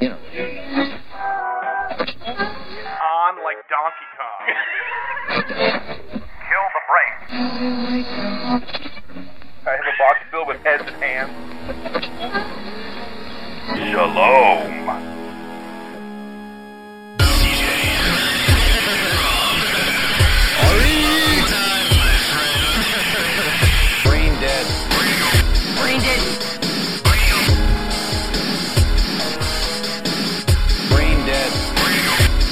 you know. On like Donkey Kong. Kill the brain. I have a box filled with heads and hands. Shalom. Brain dead. Brain dead. Brain dead.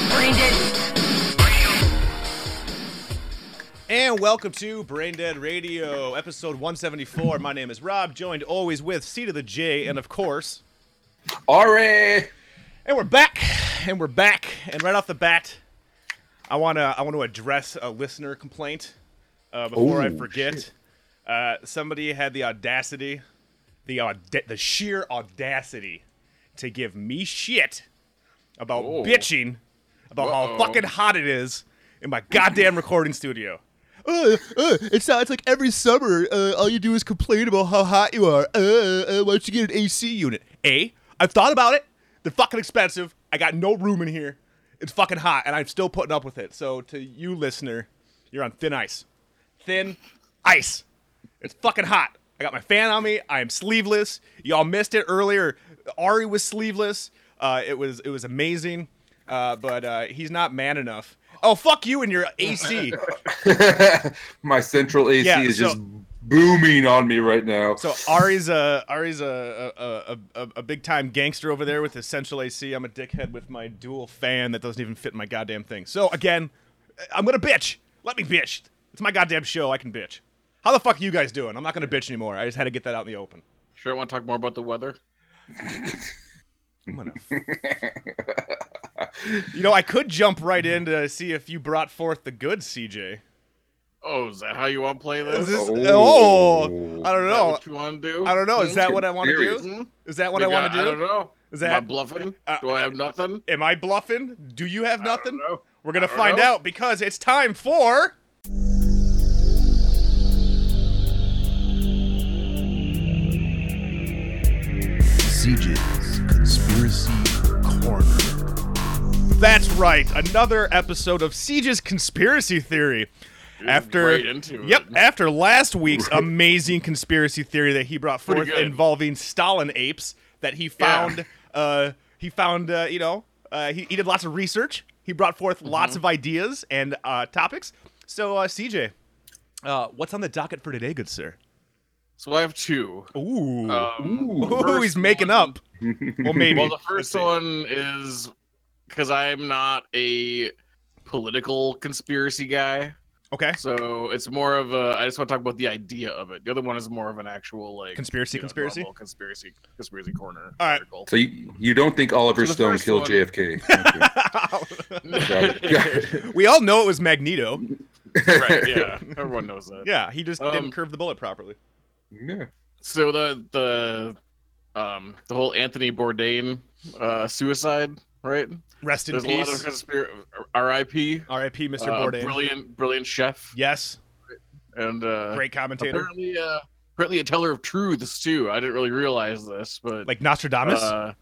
Brain dead. And welcome to Brain Dead Radio, episode 174. My name is Rob, joined always with C to the J, and of course, Ari. and we're back, and we're back, and right off the bat, I wanna I want to address a listener complaint uh, before I Oh, forget. Uh, somebody had the audacity, the auda- the sheer audacity, to give me shit about bitching about how fucking hot it is in my goddamn recording studio. uh, uh, it sounds like every summer uh, all you do is complain about how hot you are. Uh, uh, why don't you get an AC unit? A, I've thought about it. They're fucking expensive. I got no room in here. It's fucking hot, and I'm still putting up with it. So to you, listener, you're on thin ice. Thin ice. It's fucking hot. I got my fan on me. I am sleeveless. Y'all missed it earlier. Ari was sleeveless. Uh, it was it was amazing. Uh, but uh, he's not man enough. Oh fuck you and your AC. My central AC Yeah, is so- just booming on me right now. So Ari's a Ari's a a, a, a, a big time gangster over there with his central AC. I'm a dickhead with my dual fan that doesn't even fit my goddamn thing. So again, uh, I'm gonna bitch. Let me bitch. It's my goddamn show. I can bitch. How the fuck are you guys doing? I'm not gonna bitch anymore. I just had to get that out in the open. Sure, want to talk more about the weather? I'm gonna. you know, I could jump right in to see if you brought forth the good, CJ. Oh, is that how you want to play Is this? this, Oh. oh, I don't Is that know. what you want to do? I don't know. Is that what I want to Serious. do? Is that what I Maybe want to do? I don't know. Is Am I that bluffing? Uh, do I have nothing? Am I bluffing? Do you have nothing? know. We're gonna I don't find know. out because it's time for CJ's Conspiracy Corner. that's right, another episode of Siege's conspiracy theory. After right into it. yep, after last week's amazing conspiracy theory that he brought forth Pretty good. involving Stalin apes that he found, uh, he found, uh, you know, uh, he, he did lots of research. He brought forth Mm-hmm. lots of ideas and uh, topics. So, uh, CJ, uh, what's on the docket for today, good sir? So I have two. Ooh, Um, Ooh. Ooh, he's first making one- up. Well, maybe. Well, the first see. one is because I'm not a political conspiracy guy, Okay. so it's more of a. I just want to talk about the idea of it. The other one is more of an actual like Conspiracy, you know, conspiracy? normal conspiracy, conspiracy corner. All right. article. So you, you don't think Oliver So the Stone first killed one- JFK? Okay. Got it. Got it. We all know it was Magneto. right? Yeah, everyone knows that. Yeah, he just Um, didn't curve the bullet properly. Yeah. so the the um the whole Anthony Bourdain uh suicide, right? Rest in There's a lot of peace. conspir- R.I.P. R.I.P. Mr. uh, Bourdain. brilliant, brilliant chef, Yes, and uh, great commentator. apparently, uh, apparently a teller of truths too. I didn't really realize this, but Like Nostradamus. uh,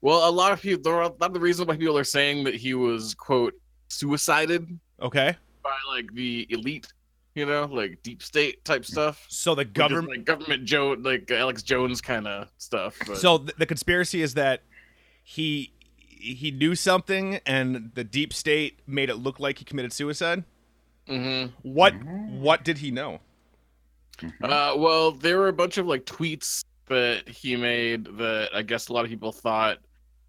well, a lot of people. There are, a lot of the reason why people are saying that he was quote suicided okay. by like the elite, you know, like deep state type stuff. So the Or just, government. like government Joe, like Alex Jones kind of stuff. But... So th- the conspiracy is that he he knew something, and the deep state made it look like he committed suicide. hmm What What did he know? Uh, well, there were a bunch of like tweets that he made that I guess a lot of people thought,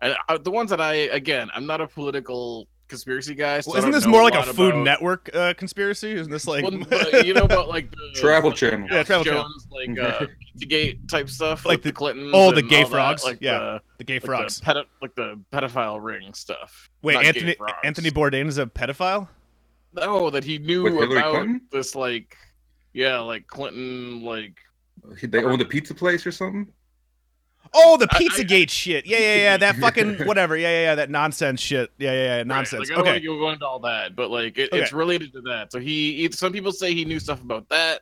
and uh, the ones that I again, I'm not a political conspiracy guy. So Well, I isn't don't this know more like a lot Food about- Network uh, conspiracy? Isn't this like Well, but you know about like the Travel like, Channel. Yeah, Travel Channel. Mm-hmm. Jones, like uh, the gay type stuff, Like like, the, the- Clintons. oh, the and gay all that, frogs, like yeah, the, the gay like, the frogs? pedo- like the pedophile ring stuff. Wait, not gay Anthony frogs. Anthony Bourdain is a pedophile. No, that he knew With Hillary about Clinton? this like, yeah, like Clinton, like He- They owned a pizza place or something? Oh, the I- I- Pizzagate shit. Yeah, yeah, yeah. That fucking whatever. Yeah, yeah, yeah. That nonsense shit. Yeah, yeah, yeah. Right, Nonsense. Like, I don't okay. want to go into all that, but like it, Okay. it's related to that. So he, he- some people say he knew stuff about that.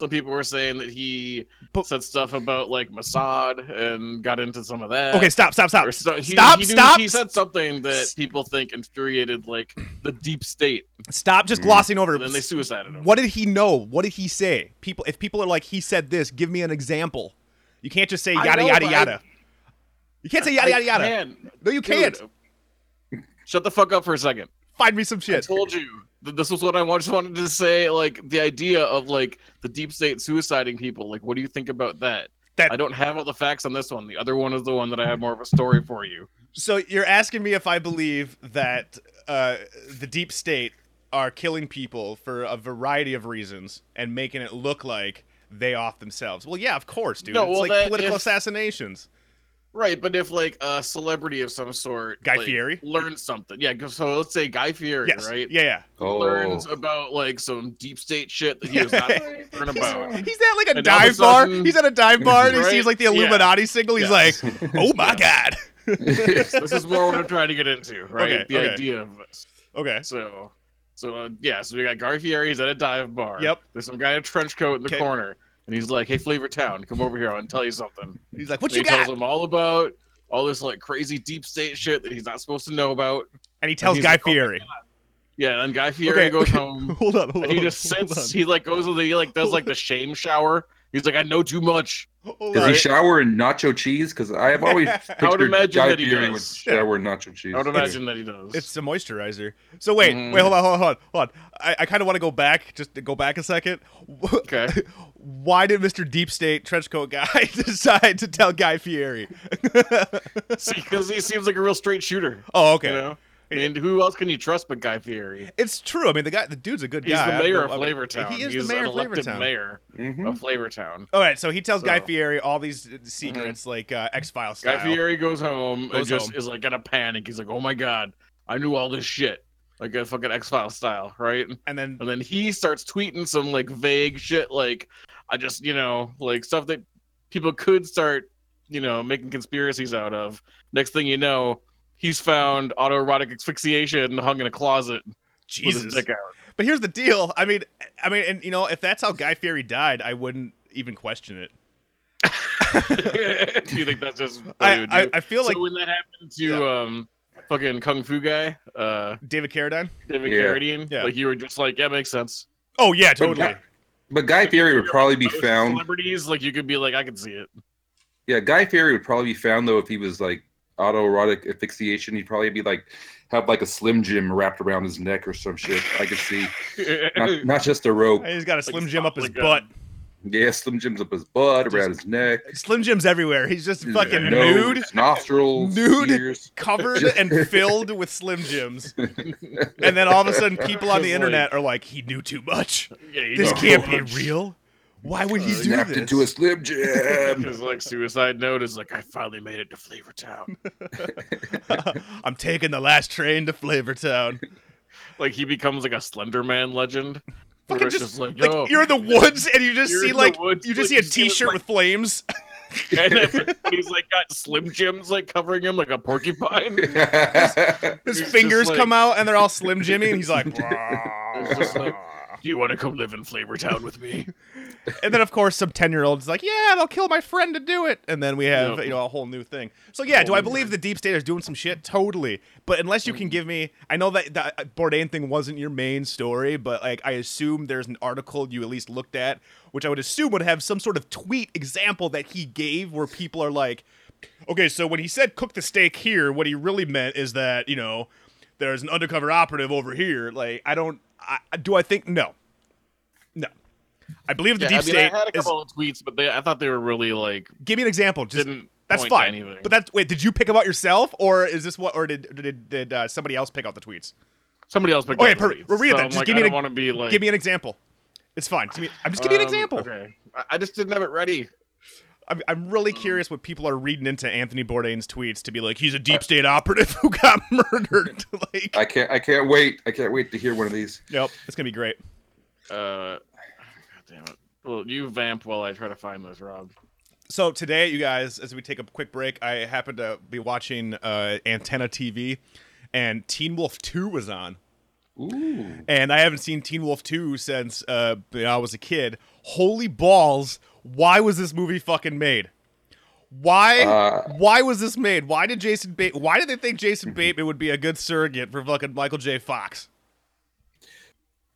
Some people were saying that he But- said stuff about like Mossad and got into some of that. Okay, stop, stop, stop. Or so- he, Stop, he, knew- stop. He said something that people think infuriated like the deep state, Stop just glossing over. Mm. and then they suicided him. What did he know? What did he say? People, if people are like, he said this, give me an example. You can't just say I yada know, yada but I- yada. you can't say yada I yada yada. can. No, you Dude, can't. Shut the fuck up for a second. Find me some I shit. told you that this was what I wa- just wanted to say. Like the idea of like the deep state suiciding people. Like, what do you think about that? That- I don't have all the facts on this one. The other one is the one that I have more of a story for you. So you're asking me if I believe that uh, the deep state are killing people for a variety of reasons and making it look like they off themselves. Well, yeah, of course, dude. No, it's well, like that- political if- assassinations. Right, but if like a celebrity of some sort, Guy like, Fieri? learns something. Yeah, 'cause- so let's say Guy Fieri, Yes. right? Yeah, yeah. Oh, Learns about like some deep state shit that he was not learn about. He's at like a And all of a dive bar. sudden- He's at a dive bar and he Right? sees like the Yeah. Illuminati signal. He's Yes. like, "Oh my god." this is more what I'm trying to get into, right? Okay, the okay. idea of this. Okay. So, so uh, yeah, so we got Guy Fieri. He's at a dive bar. Yep. There's some guy in a trench coat in the Okay. corner, and he's like, "Hey, Flavor Town, come over here. I'll tell you something." He's like, "What And you he tells got?" him all about all this like crazy deep state shit that he's not supposed to know about. And he tells he's Guy like, "Oh my Fieri. Yeah, and Guy Fieri Okay, goes okay. home. Hold on, hold And he just sits. He like goes with the he like does like the shame shower. He's like, I know too much. Hold Does he on. shower in nacho cheese? Because I have always pictured imagine Guy that he Fieri does. would shower in nacho cheese. I would imagine that he does. It's a moisturizer. So wait, Mhm. wait, hold on, hold on, hold on. Hold on. I, I kind of want to go back, just to go back a second. okay. Why did Mr. Deep State Trenchcoat Guy decide to tell Guy Fieri? See, because he seems like a real straight shooter. Oh, okay. You know? And who else can you trust but Guy Fieri? It's true. I mean, the guy, the dude's a good He's guy. I- the mayor of I mean, Flavortown. He is He's the mayor an of elected Flavortown. mayor Mhm. Hmm? of Flavortown. All right, so he tells Guy So- Mm-hmm. Fieri all these uh, secrets, like uh, X Files Guy style. Fieri goes home and Goes just home. is like in a panic. He's like, "Oh my god, I knew all this shit." Like a fucking X Files style, right? and then And then he starts tweeting some like vague shit, like I just you know like stuff that people could start you know making conspiracies out of. Next thing you know, he's found autoerotic asphyxiation hung in a closet with his Jesus. dick out. But here's the deal. I mean, I mean, and you know, if that's how Guy Fieri died, I wouldn't even question it. do you think that's just? what he I, would do? I, I feel so like when that happened to um fucking kung fu guy, uh David Carradine. David Yeah. Carradine, Yeah. like you were just like, yeah, makes sense. Oh yeah, totally. Guy- But Guy Fieri would probably be Those found. celebrities, like you could be like, I could see it. Yeah, Guy Fieri would probably be found though if he was like autoerotic asphyxiation. He'd probably be like have like a slim jim wrapped around his neck or some shit. I could see not, not just a rope. He's got a Slim Like, Jim up his like a- butt. Yeah, slim jims up his butt, around his neck, Slim Jim's everywhere. He's just his fucking nose, nude, nostrils, Nude. ears. covered and filled with Slim Jims. And then all of a sudden, people on the Just like- internet are like, "He knew too much. Yeah, you This know, can't pretty be much. Uh, real. Why would he do Snapped Uh, into a this?" slim jim. His like suicide note is like, I finally made it to Flavor Town. I'm taking the last train to Flavortown. like he becomes like a Slender Man legend. where Fucking it's just like, like, yo. you're in the woods and you just You're see in the like woods, you just like, see a you see this, T-shirt like- with flames. and then he's like got Slim Jims like covering him like a porcupine. His It's just fingers like- come out and they're all Slim Jimmy, and he's like, It's just like, do you want to come live in Flavor Town with me? and then of course some ten year old is like, yeah, they'll kill my friend to do it, and then we have Yeah. you know a whole new thing. So yeah, do I believe the deep state is doing some shit? Totally, but unless you can Mm-hmm. give me, I know that the uh, Bourdain thing wasn't your main story, but like I assume there's an article you at least looked at, which I would assume would have some sort of tweet example that he gave where people are like, okay, so when he said cook the steak here, what he really meant is that you know there's an undercover operative over here. Like I don't, I, do I think no, no. I believe the Yeah, deep I mean, state I had a is couple of tweets, but they, I thought they were really like give me an example. Just didn't. that's point to fine. anything. But that's wait, did you pick them out yourself, or is this what, or did did, did uh, somebody else pick out the tweets? somebody else picked Okay, up the perfect. tweets. Well, read it So then. I'm Just like, give me I an don't want to be like. give me an example. It's fine. Give me, I'm just giving you an um, example. Okay, I, I just didn't have it ready. I'm, I'm really curious what people are reading into Anthony Bourdain's tweets to be like he's a Uh, deep state operative who got murdered. like, I can't. I can't wait. I can't wait to hear one of these. yep, it's gonna be great. Uh, God damn it. Well, you vamp while I try to find this, Rob. So today, you guys, as we take a quick break, I happened to be watching uh, Antenna TV, and Teen Wolf Two was on. Ooh. and I haven't seen Teen Wolf 2 since uh, you know, I was a kid. Holy balls! Why was this movie fucking made? Why? Uh, Mm-hmm. why was this made? Why did Jason Bate? Why did they think Jason Bateman would be a good surrogate for fucking Michael J. Fox?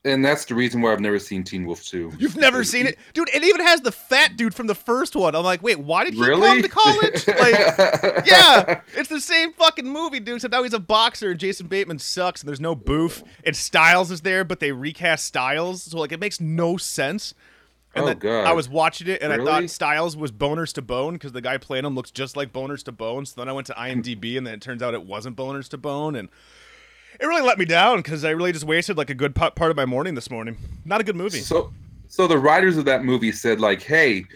And that's the reason why I've never seen Teen Wolf 2. You've never seen it, dude. It even has the fat dude from the first one. I'm like, wait, why did he come Really? to college? Like, yeah, it's the same fucking movie, dude. Except now he's a boxer, and Jason Bateman sucks, and there's no Boof, and Styles is there, but they recast Styles, so like it makes no sense. And Oh, then God. I was watching it, and I Really? thought Styles was Boners to Bone because the guy playing him looks just like Boners to Bone. So then I went to Hmm. IMDb, and then it turns out it wasn't Boners to Bone, and it really let me down because I really just wasted like a good pa- part of my morning this morning. Not a good movie. So, so the writers of that movie said, like, hey,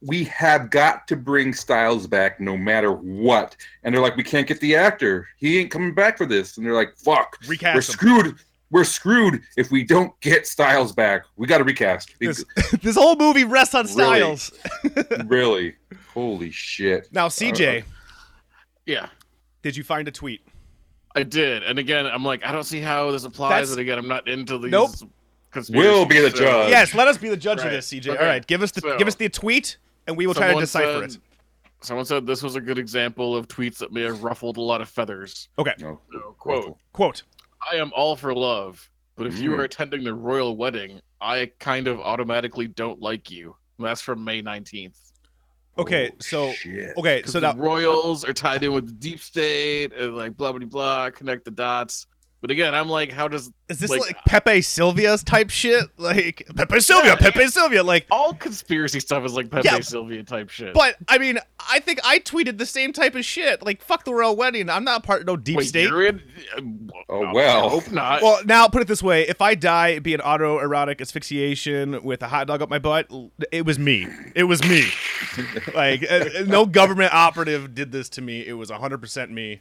we have got to bring Styles back no matter what. And they're like, we can't get the actor. He ain't coming back for this. And they're like, fuck, Recast we're him. screwed. We're screwed if we don't get Styles back. We got to recast. This, this whole movie rests on Really? Styles. really? Holy shit. Now, Uh-huh. CJ, Yeah, did you find a tweet? I did. And again, I'm like, I don't see how this applies. That's- And again, I'm not into these. Nope. conspiracies, We'll be the so- judge. yes, let us be the judge of Right. this, CJ. Okay. All right, give us the So- give us the tweet, and we will try to Someone decipher said- it. Someone said this was a good example of tweets that may have ruffled a lot of feathers. Okay, No. So, quote, quote. I am all for love, but if you Mm. were attending the royal wedding, I kind of automatically don't like you. And That's from May 19th. Okay, Oh, so shit. okay, Because so the now royals are tied in with the deep state and like blah blah blah, connect the dots. But again, I'm like, how does is this like, like- Pepe Sylvia's type shit? Like Pepe Sylvia, Yeah. Pepe Sylvia, like. all conspiracy stuff is like Pepe Yeah, Sylvia type shit? But I mean, I think I tweeted the same type of shit. Like, fuck the royal wedding. I'm not part of no deep Wait, state. you're in- uh, Oh, I well. hope not. Well, now put it this way: if I die, it'd be an autoerotic asphyxiation with a hot dog up my butt. It was me. It was me. like uh, no government operative did this to me. It was 100 percent me.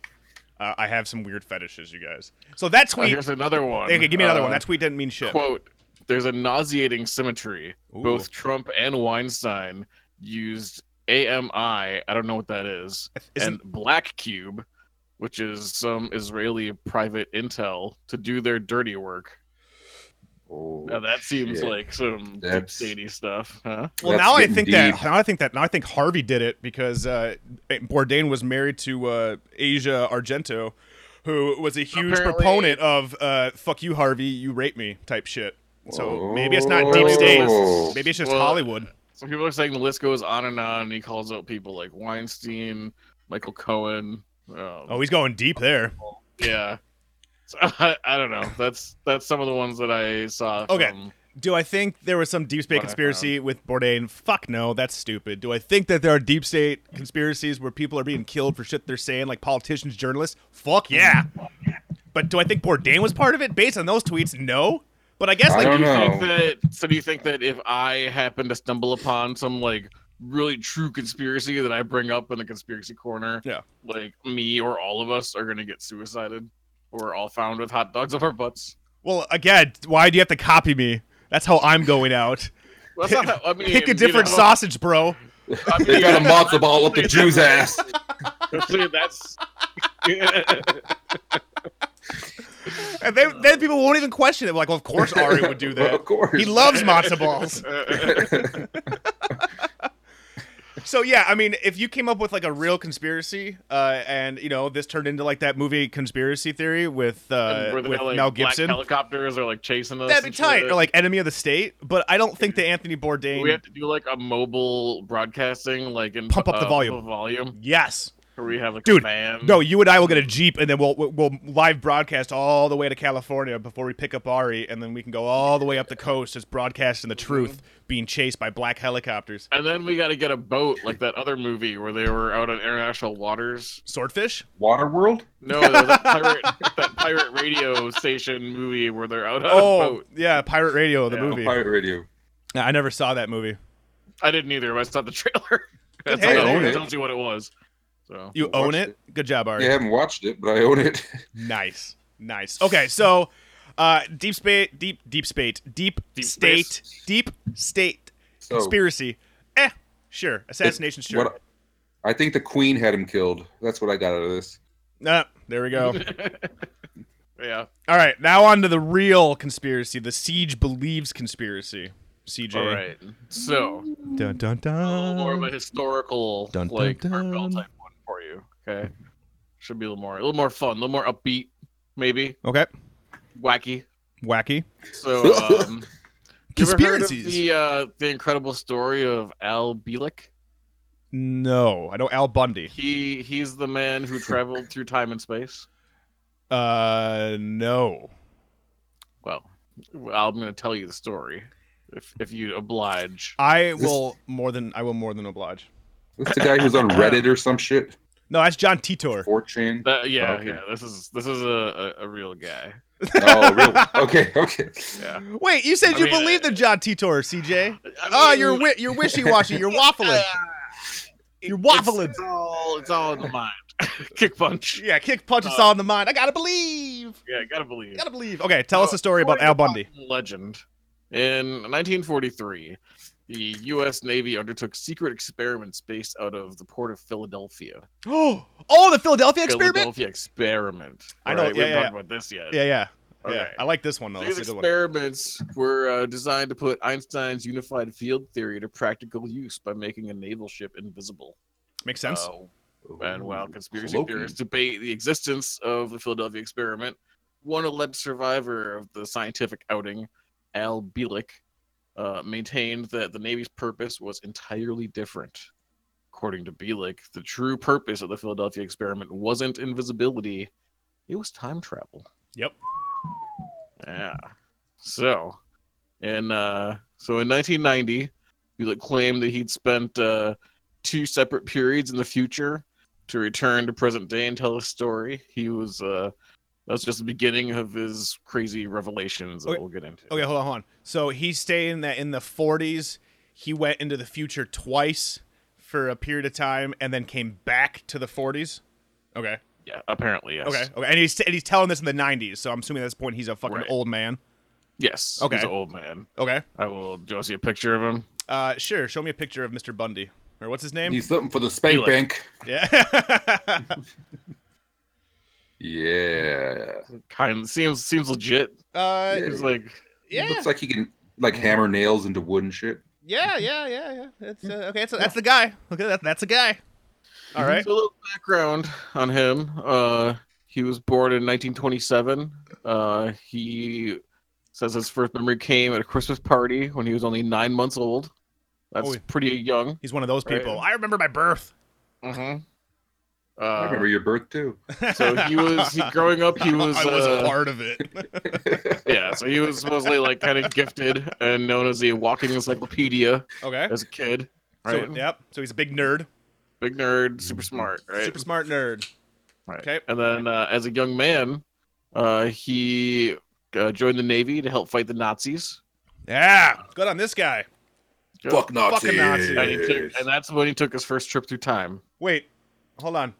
Uh, I have some weird fetishes, you guys. So that Uh, tweet. here's another one. okay, give me another Uh, one. That tweet didn't mean shit. quote there's a nauseating symmetry Ooh. both trump and weinstein used ami i don't know what that is Isn't- and black cube which is some israeli private intel to do their dirty work Oh, now that seems shit. like some deep That's- shady stuff huh well, That's now I getting think that deep. now I think that now I think Harvey did it because uh, Bourdain was married to uh, Asia Argento, who was a huge Apparently- proponent of uh, "fuck you, Harvey, you rape me" type shit. So maybe it's not deep Apparently state. the list- Maybe it's just well, Hollywood. so people are saying the list goes on and on and he calls out people like weinstein michael cohen um, Oh, he's going deep there. yeah So, I, I don't know that's that's some of the ones that i saw Okay. from- Do I think there was some deep state What I conspiracy with Bourdain? Fuck no, that's stupid. Do I think that there are deep state conspiracies where people are being killed for shit they're saying, like politicians, journalists? Fuck yeah. But do I think Bourdain was part of it? Based on those tweets, no. But I guess I like don't do you think know. that so do you think that if i happen to stumble upon some like really true conspiracy that i bring up in the conspiracy corner Yeah. like me or all of us are gonna get suicided we're all found with hot dogs up our butts well, again, why do you have to copy me? That's how I'm going out. Well, that's not how- I mean, Pick a you different know, sausage, bro. I mean, They got a matzo ball up the Jew's ass. see, that's And then, then people won't even question it. Like, well, of course Ari would do that. of course. He loves matzo Uh, balls. So yeah, I mean, if you came up with like a real conspiracy, uh, and you know this turned into like that movie conspiracy theory with uh, where with they got, like, Mel black Gibson, helicopters are like chasing us. that'd be and tight, shit. or like enemy of the state. But I don't think that Anthony Bourdain. we have to do like a mobile broadcasting, like and Pump up the uh, volume. up the volume, yes, where we have like Dude, a fan. no, you and I will get a jeep, and then we'll we'll- we'll live broadcast all the way to California before we pick up Ari, and then we can go all the way up the coast as broadcasting the truth, Mm-hmm. being chased by black helicopters. And then we got to get a boat like that other movie where they were out on international waters. Swordfish? Waterworld? No, there was that pirate, that pirate radio station movie where they're out on a Oh, boat. yeah, Pirate Radio, the Yeah. movie. Pirate Radio. Nah, I never saw that movie. I didn't either, but I saw the trailer. That's Hey, all I it own is. it. It tells you what it was. So You Watched own it. it. Good job, Ari. Yeah, I haven't watched it, but I own it. Nice, nice. Okay, so uh, deep spate, deep deep spate, deep, Deep state, space. Oh. deep state So, conspiracy. Eh, sure, assassination, sure. What, I Uh, think the Queen had him killed. That's what I got out of this. Nah, there we go. Yeah. All right, now on to the real conspiracy, the Siege Believes conspiracy. CJ. All right. Oh, So Dun dun a little dun. more of a historical, Dun, dun, like dun. heartfelt type one for you. Okay. Should be a little more, a little more fun, a little more upbeat, maybe Okay. wacky. Wacky. So um, you ever heard of Conspiracies. The uh, the incredible story of Al Bielek. No, I know Al Bundy. He he's the man who traveled through time and space. Uh, no. Well, I'm going to tell you the story, if if you oblige. I will more than I will more than oblige. That's the guy who's on Reddit or some shit. No, that's John Titor. 4chan. That, yeah, Okay. yeah. This is this is a, a, a real guy. Oh, really? Okay, okay. Yeah. Wait, you said I you mean, uh, believed in John Titor, CJ? I Oh, Ah, mean, you're wi- you're wishy-washy. You're waffling. You're waffling. It's, it's all it's all in the mind. Kick punch. Yeah, kick punch. It's all in the mind. I gotta believe. uh, Yeah, gotta believe. Gotta believe. Okay, tell us So, a story about according Al to Bundy. popular Legend. In 1943, the U.S. Navy undertook secret experiments based out of the port of Philadelphia. Oh, oh, the Philadelphia experiment. Philadelphia experiment. I know, Right, we yeah, haven't yeah, talked about this yet. Yeah, yeah, yeah. Okay. I like this one though. These That's a good one. experiments were uh, designed to put Einstein's unified field theory to practical use by making a naval ship invisible. Makes sense. Uh, and while conspiracy Loki. theorists debate the existence of the Philadelphia experiment, one alleged survivor of the scientific outing, Al Bielik, uh, maintained that the Navy's purpose was entirely different. According to Bielik, the true purpose of the Philadelphia experiment wasn't invisibility, it was time travel. Yep. Yeah. So, and uh, so in 1990, Bielik claimed that he'd spent uh, two separate periods in the future to return to present day and tell a story. He was uh, that's just the beginning of his crazy revelations that Okay. we'll get into. Okay, hold on, hold on. So he's staying that in the 40s. He went into the future twice for a period of time, and then came back to the 40s. Okay. Yeah, apparently yes. Okay. Okay. And he's and he's telling this in the 90s. So I'm assuming at this point he's a fucking Right. old man. Yes. Okay. He's an old man. Okay. I will. Do you want to see a picture of him? Uh, sure. Show me a picture of Mr. Bundy or what's his name? He's something for the spank Felix. bank. yeah. Yeah. Kind seems seems legit. uh, Yeah. He's like yeah. Looks like he can like hammer nails into wood and shit. Yeah. Yeah. Yeah. Yeah. That's uh, okay. That's, that's the guy. Okay. That, that's a guy. All right. So a little background on him. Uh, he was born in 1927. Uh, he says his first memory came at a Christmas party when he was only nine months old. That's Oh, yeah. pretty young. He's one of those Right. people. I remember my birth. Uh-huh. Mm-hmm. I remember your birth too. Uh, so he was he, growing up. He was, I was uh, a part of it. yeah. So he was supposedly like kind of gifted and known as a walking encyclopedia okay. as a kid. So- Right, yep. So he's a big nerd, big nerd, super smart. Right, super smart nerd. Right. Okay. And then uh, as a young man, uh, he uh, joined the Navy to help fight the Nazis. Yeah. Good on this guy. Fuck Nazis. Fucking Nazis. And, he took, and that's when he took his first trip through time. Wait, hold on.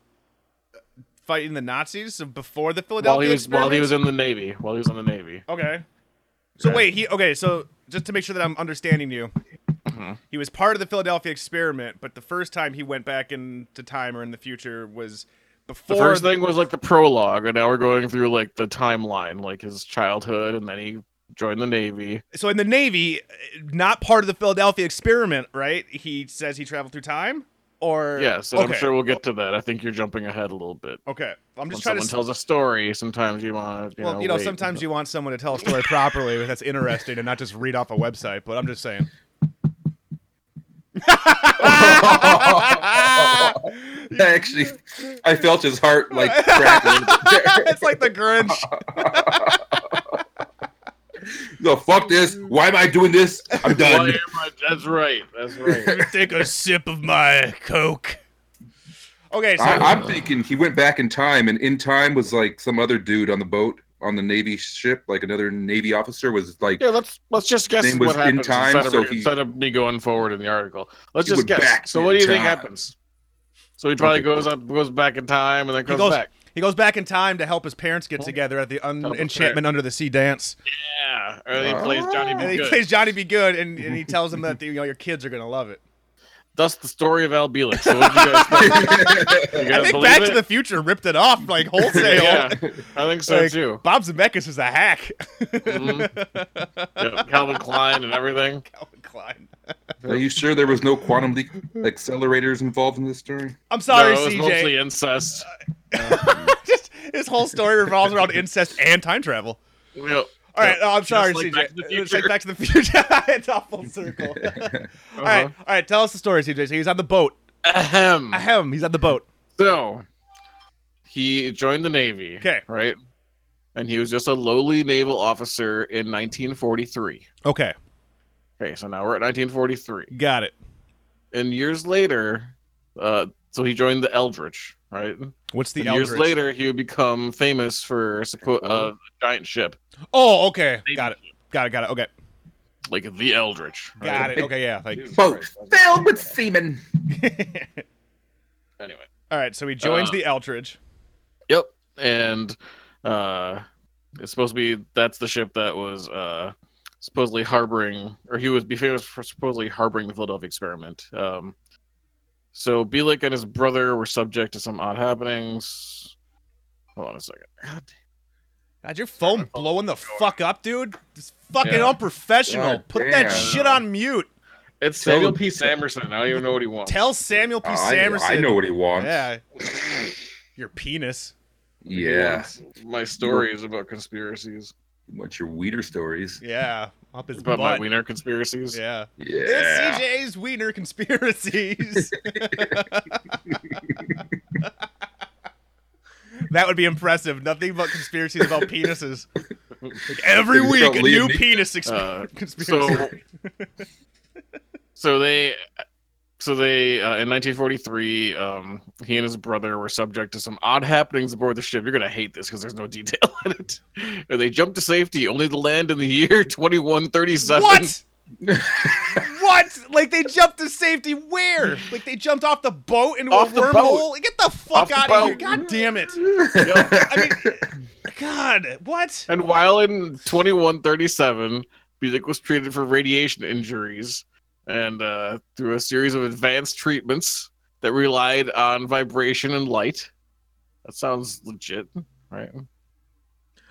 Fighting the Nazis before the Philadelphia While he was while he was experiments? in the Navy. While he was in the Navy. Okay. So Yeah. wait, he okay. So just to make sure that I'm understanding you, Mhm. he was part of the Philadelphia experiment, but the first time he went back into time or in the future was The before. first thing was like the prologue, and now we're going through like the timeline, like his childhood, and then he joined the Navy. So in the Navy, eh, not part of the Philadelphia experiment, right? He says he traveled through time, or Yes, and okay. I'm sure we'll get to that. I think you're jumping ahead a little bit. Okay, I'm When just trying someone to. tells a story, sometimes you want to. well, you know, wait. sometimes you want someone to tell a story properly that's interesting and not just read off a website. But I'm just saying. I actually, I felt his heart like crackling. it's like the Grinch. no, fuck this. Why am I doing this? I'm Why done. am I- That's right. That's right. Take a sip of my Coke. Okay, so I, I'm thinking he went back in time, and in time was like some other dude on the boat on the Navy ship, like another Navy officer was like Yeah, let's let's just guess Name what was in happens time, instead, of, so he- instead of me going forward in the article. Let's He just went back guess. So in what do you think time. happens? So he probably Okay. goes up, goes back in time, and then he comes goes back. he goes back in time to help his parents get together at the un- Help his enchantment under the sea dance, Yeah, or he plays Johnny and B. he Good. plays Johnny Be Good, and, and he tells him that you know your kids are gonna love it. Thus, the story of Al Belix. So what do you guys think? You guys I think believe Back it? to the Future ripped it off like wholesale. yeah, I think so Like, too. Bob Zemeckis is a hack. Mhm. Yeah, Calvin Klein and everything. Calvin Klein. Are you sure there was no quantum leap accelerators involved in this story? I'm sorry, no, it was mostly CJ. incest. Just his whole story revolves around incest and time travel. Yep. All right, oh, I'm Just sorry, like CJ. Back to the It's like Future. Uh-huh. Back to the Future. it's all full circle. All right, all right. Tell us the story, CJ. So he's on the boat. Uh-huh. Ahem. Ahem. He's on the boat. So he joined the Navy. Okay. Right. And he was just a lowly naval officer in 1943. Okay, Okay, so now we're at 1943. got it. And years later, uh, so he joined the Eldritch, right? What's the And years Eldritch? later, he would become famous for suppo- uh, a giant ship, Oh, okay. Got it. Got it. Got it. Okay. like the Eldritch. right? Got it. Okay. Yeah. Like. Boat filled with semen. Anyway. all right. So he joins Uh, the Eldritch. Yep. And uh it's supposed to be that's the ship that was uh supposedly harboring or he was be famous for supposedly harboring the Philadelphia experiment. Um so Bielik and his brother were subject to some odd happenings. Hold on a second. God damn- God, your phone blowing the fuck up, dude. It's fucking Yeah. unprofessional. God Put damn. that Oh, shit on mute. It's Tell Samuel him- P. Samerson. I don't even know what he wants. Tell Samuel P. Oh, I, Samerson. I know what he wants. Yeah. Your penis. He Yeah. wants My stories about conspiracies. What's your weeder stories? Yeah. Up his About my butt. wiener conspiracies. Yeah. Yeah. It's CJ's wiener conspiracies. that would be impressive. Nothing but conspiracies about penises. Like, every It's week, about a Liam new Neeson. penis exp- Uh, conspiracy. so so they so they uh, in 1943 um he and his brother were subject to some odd happenings aboard the ship you're gonna hate this because there's no detail in it and they jumped to safety only to land in the year 2137 what? what? Like they jumped to safety where? Like they jumped off the boat into Off a the wormhole? boat. Get the Off fuck the out of here. boat. God damn it. I mean, God, what? and while in 2137 music was treated for radiation injuries and uh through a series of advanced treatments that relied on vibration and light that sounds legit right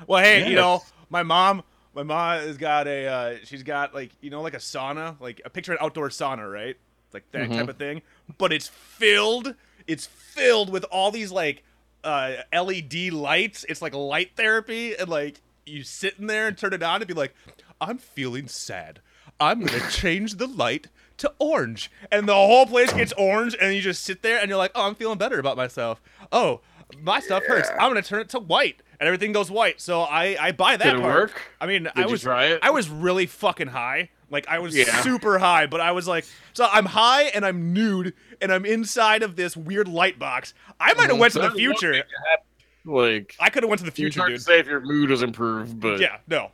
Well, hey, you know, my mom, my mom has got a, uh, she's got like, you know, like a sauna, like a picture of an outdoor sauna, right? Like that Mhm. type of thing. But it's filled, it's filled with all these like uh, LED lights. It's like light therapy, and like you sit in there and turn it on and be like, I'm feeling sad. I'm gonna change the light to orange, and the whole place gets orange, and you just sit there and you're like, oh, I'm feeling better about myself. Oh, my stuff hurts. I'm gonna turn it to white, and everything goes white. So I I buy that. Did it part. work? I mean, Did I was you try it? I was really fucking high. Like I was Yeah. super high, but I was like, so I'm high and I'm nude and I'm inside of this weird light box. I might have went to That the is one thing future. like I could have went to the It's future, hard to dude. say if your mood was improved, but Yeah, no,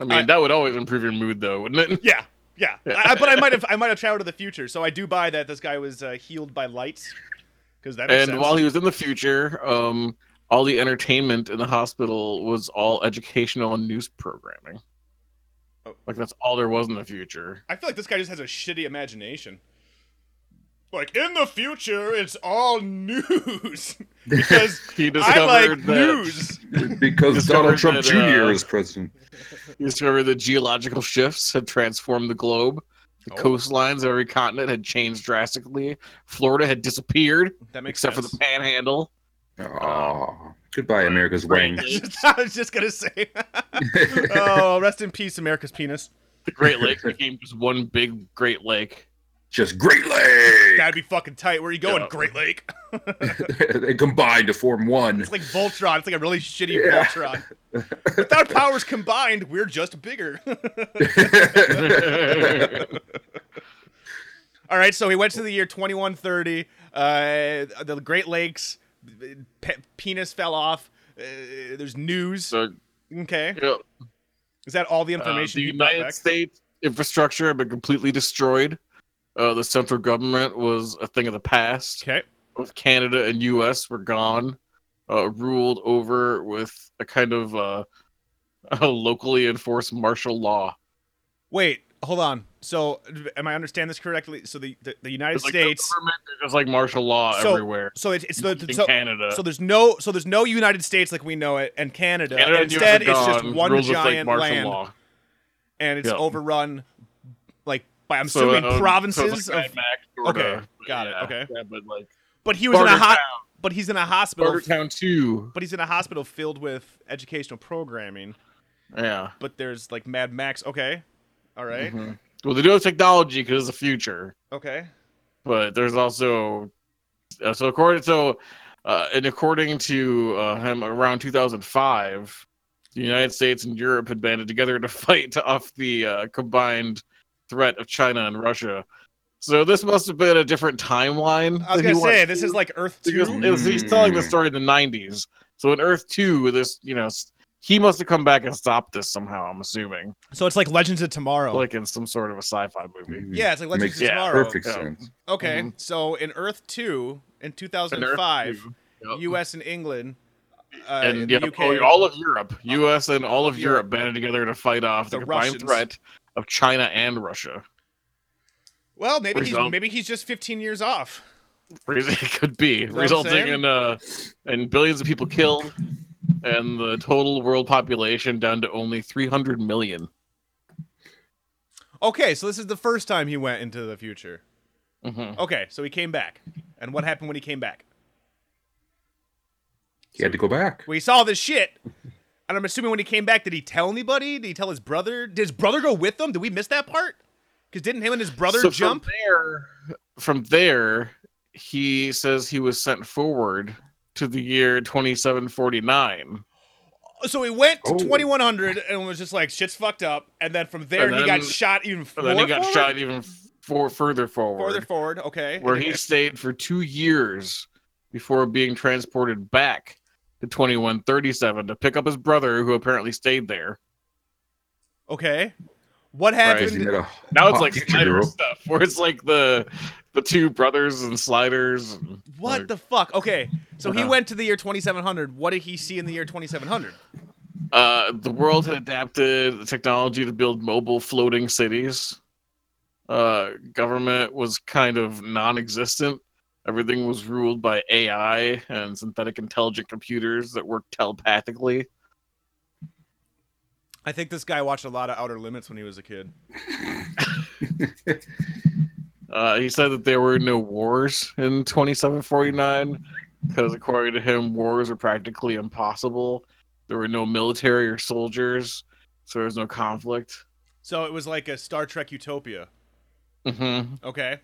I mean I- that would always improve your mood, though, wouldn't it? yeah, yeah. I, I- but I might have I might have traveled to the future, so I do buy that this guy was uh, healed by lights because that. Makes And sense. while he was in the future, um, all the entertainment in the hospital was all educational and news programming. Oh. Like that's all there was in the future. I feel like this guy just has a shitty imagination. Like in the future, it's all news because He I discovered like that news. Because Donald Trump Discovered that, Jr. uh, is president. he discovered that geological shifts had transformed the globe. The Oh. coastlines of every continent had changed drastically. Florida had disappeared, That makes except sense. for the Panhandle. Oh, goodbye, America's wing. I was just gonna say. oh, rest in peace, America's penis. The Great Lake became just one big Great Lake. Just Great Lake. That'd be fucking tight. Where are you going, Yeah. Great Lake? they combined to form one. It's like Voltron. It's like a really shitty Yeah. Voltron. With our powers combined, we're just bigger. All right, so he went to the year 2130. Uh, the Great Lakes pe- penis fell off. Uh, there's news. so, okay, yeah, is that all the Uh, information the you brought United back? States infrastructure had been completely destroyed. Uh, the central government was a thing of the past. Okay, Both Canada and U.S. were gone, uh, ruled over with a kind of uh, a locally enforced martial law. wait. hold on. So, am I understand this correctly? So the the, the United It's like States. the government, there's just like martial law so, everywhere. So it's, it's the, In so, Canada. So there's no so there's no United States like we know it, and Canada. Canada and Instead, Europe are it's just gone, one rules with, like, giant martial land, law. and it's Yeah. overrun like by I'm So, assuming uh, so it's provinces like Mad of. Max, Okay, sorta, but got it, yeah, okay. yeah, but like But he was in a Barter hot. Town. But he's in a hospital. Burger Town Two. But he's in a hospital filled with educational programming. Yeah. But there's like Mad Max. Okay, all right. Mhm. Well, they do have technology because it's the future, Okay. but there's also uh, so according so uh, and according to uh, him, around 2005, the United States and Europe had banded together to fight off the uh, combined threat of China and Russia. So this must have been a different timeline. I was that he gonna say went this to. is like Earth Because Two. it was- he's telling the story in the 90s. So in Earth 2, this, you know, s- he must have come back and stopped this somehow, I'm assuming. So it's like Legends of Tomorrow. Like in some sort of a sci fi movie. yeah, it's like Legends Makes of yeah, Tomorrow. perfect Yeah. sense. Okay, Mm-hmm. so in Earth Two in 2005, Yep. U.S. and England, uh, Oh. and the yeah, UK, oh, all of Europe, U.S. and all of Europe banded together to fight off the, The combined Russians. threat of China and Russia. well, maybe he's, Result- maybe he's just 15 years off. It could be what I'm resulting saying? in uh, in billions of people killed, and the total world population down to only 300 million. Okay, so this is the first time he went into the future. Mhm. Okay, so he came back, and what happened when he came back? He had to go back. Well, he saw this shit, and I'm assuming when he came back, did he tell anybody? Did he tell his brother? Did his brother go with him? Did we miss that part? Because didn't him and his brother So jump? From there, from there, he says he was sent forward to the year 2749. So he went to Oh. 2100 and was just like, shit's fucked up. And then from there, And he got then- shot even And further. then he got shot even f- for, further forward, further forward. Okay. where he stayed for two years before being transported back to 2137 to pick up his brother, who apparently stayed there. Okay. What Because happened? he met a Now it's hot like future Slider girl. stuff, where it's like the the two brothers and sliders. And What like, the fuck? Okay. So he Uh-huh. went to the year 2700. What did he see in the year 2700? Uh, the world had adapted the technology to build mobile floating cities. Uh, government was kind of non-existent. Everything was ruled by AI and synthetic intelligent computers that work telepathically. I think this guy watched a lot of Outer Limits when he was a kid. Uh, he said that there were no wars in 2749 because, according to him, wars were practically impossible. There were no military or soldiers, so there was no conflict. So it was like a Star Trek Utopia. hmm Okay.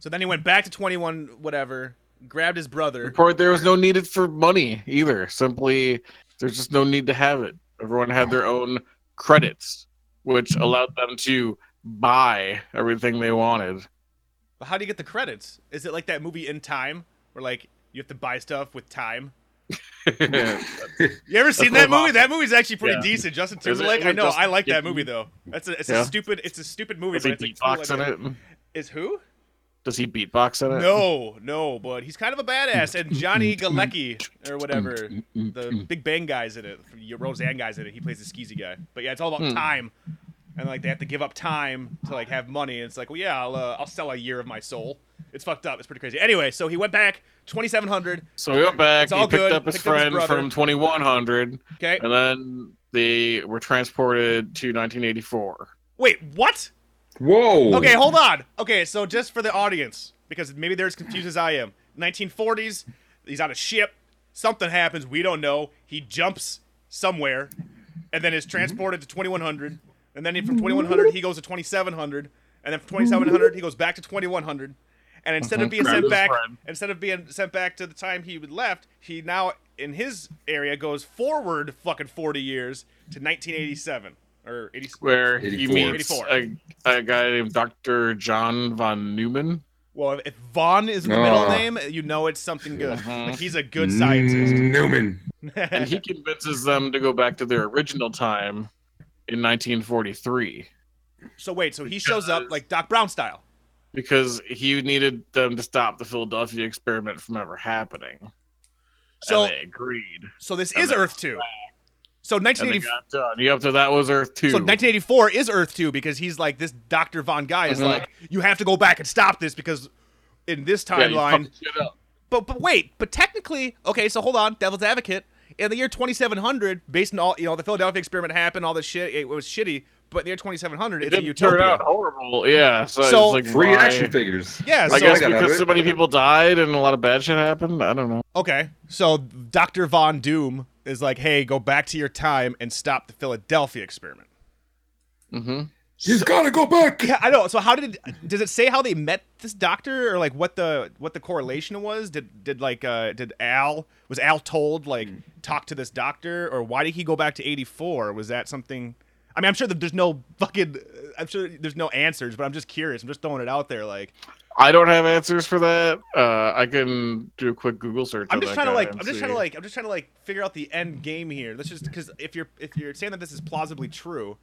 So then he went back to 21, whatever, grabbed his brother. Report there was no need for money either. Simply, there's just no need to have it. Everyone had their own credits, which allowed them to buy everything they wanted. But how do you get the credits? Is it like that movie In Time where like you have to buy stuff with time? You ever seen that That's what movie? I'm- That movie's actually pretty Yeah. decent. Justin Is it- Timberlake. is I it know. Justin I like that Timberlake? movie though. That's a, it's Yeah. a stupid. It's a stupid movie. Does but he it's a cool beatbox in idea. it? Is who? Does he beatbox in it? No, no. But he's kind of a badass. And Johnny Galecki or whatever, the Big Bang guys in it. your Roseanne guys in it. He plays the skeezy guy. But yeah, it's all about Hmm. time. And like they have to give up time to like have money. And it's like, well, yeah, I'll uh, I'll sell a year of my soul. It's fucked up. It's pretty crazy. Anyway, so he went back 2,700. So he went back. It's He all picked good. up his Picked up his friend brother. from 2100, Okay. and then they were transported to 1984. Wait, what? Whoa. Okay, hold on. Okay, so just for the audience, because maybe they're as confused as I am. 1940s, he's on a ship. Something happens. We don't know. He jumps somewhere and then is transported to 2100. And then from 2100, he goes to 2700. And then from 2700, he goes back to 2100. And instead of being Grab sent his back, friend. instead of being sent back to the time he left, he now in his area goes forward fucking 40 years to 1987 or 80, Where he 84. meets a, a guy named Dr. John von Neumann. Well, if Vaughn is the middle Ah. name, you know it's something good. Mhm. Like he's a good scientist. Newman. and he convinces them to go back to their original time in 1943 so wait, so he shows up like Doc Brown style. because he needed them to stop the Philadelphia experiment from ever happening. So and they agreed. so this and is then- Earth 2. So And they 1984. got done. Yep, so that was Earth 2. So 1984 is Earth 2 because he's like this Dr. Von Guy is Mhm. like you have to go back and stop this because in this Yeah, you timeline fucked shit up. but but wait, but technically, okay, so hold on, devil's advocate. In the year 2700, based on all you know, the Philadelphia experiment happened, all this shit, it was shitty. But in the year 2700, it's a Didn't turn utopia. out horrible. Yeah. So, So- it's like Free why? action figures. Yeah, I so guess I got out of because it. so many people died and a lot of bad shit happened. I don't know. okay, so Doctor Von Doom is like, hey, go back to your time and stop the Philadelphia experiment. Mm-hmm. He's got to go back. Yeah, I know. So how did does it say how they met this doctor or like what the what the correlation was? Did did like uh did Al was Al told like talk to this doctor or why did he go back to 84? Was that something I mean, I'm sure that there's no fucking I'm sure there's no answers, but I'm just curious. I'm just throwing it out there like I don't have answers for that. Uh, I can do a quick Google search. I'm of just that trying to like guy and I'm just see. trying to like I'm just trying to like figure out the end game here. Let's just cuz if you're if you're saying that this is plausibly true,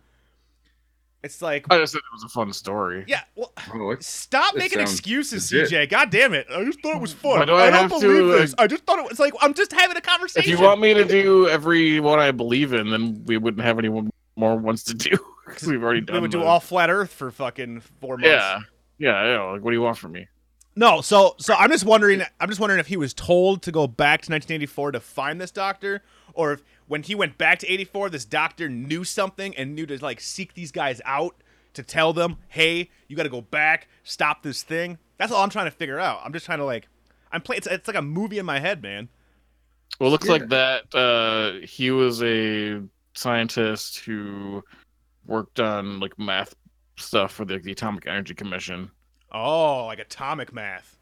it's like I just said it was a fun story. yeah, well Oh, it's- Stop This making sounds excuses, CJ. legit. God damn it. I just thought it was fun. Why do I don't have to, believe uh, this. I just thought it was like I'm just having a If conversation. you want me to do every one I believe in, then we wouldn't have any one- more ones to do because we've already done. we would do those. all flat earth for fucking four months. Yeah, yeah. I know. Like, what do you want from me? No, so so I'm just wondering I'm just wondering if he was told to go back to 1984 to find this doctor or if when he went back to 84 this doctor knew something and knew to like seek these guys out to tell them, "Hey, you got to go back, stop this thing." That's all I'm trying to figure out. I'm just trying to like I'm playing it's, it's like a movie in my head, man. Well, it looks Yeah. like that uh, he was a scientist who worked on like math stuff for the, the Atomic Energy Commission. Oh, like atomic math.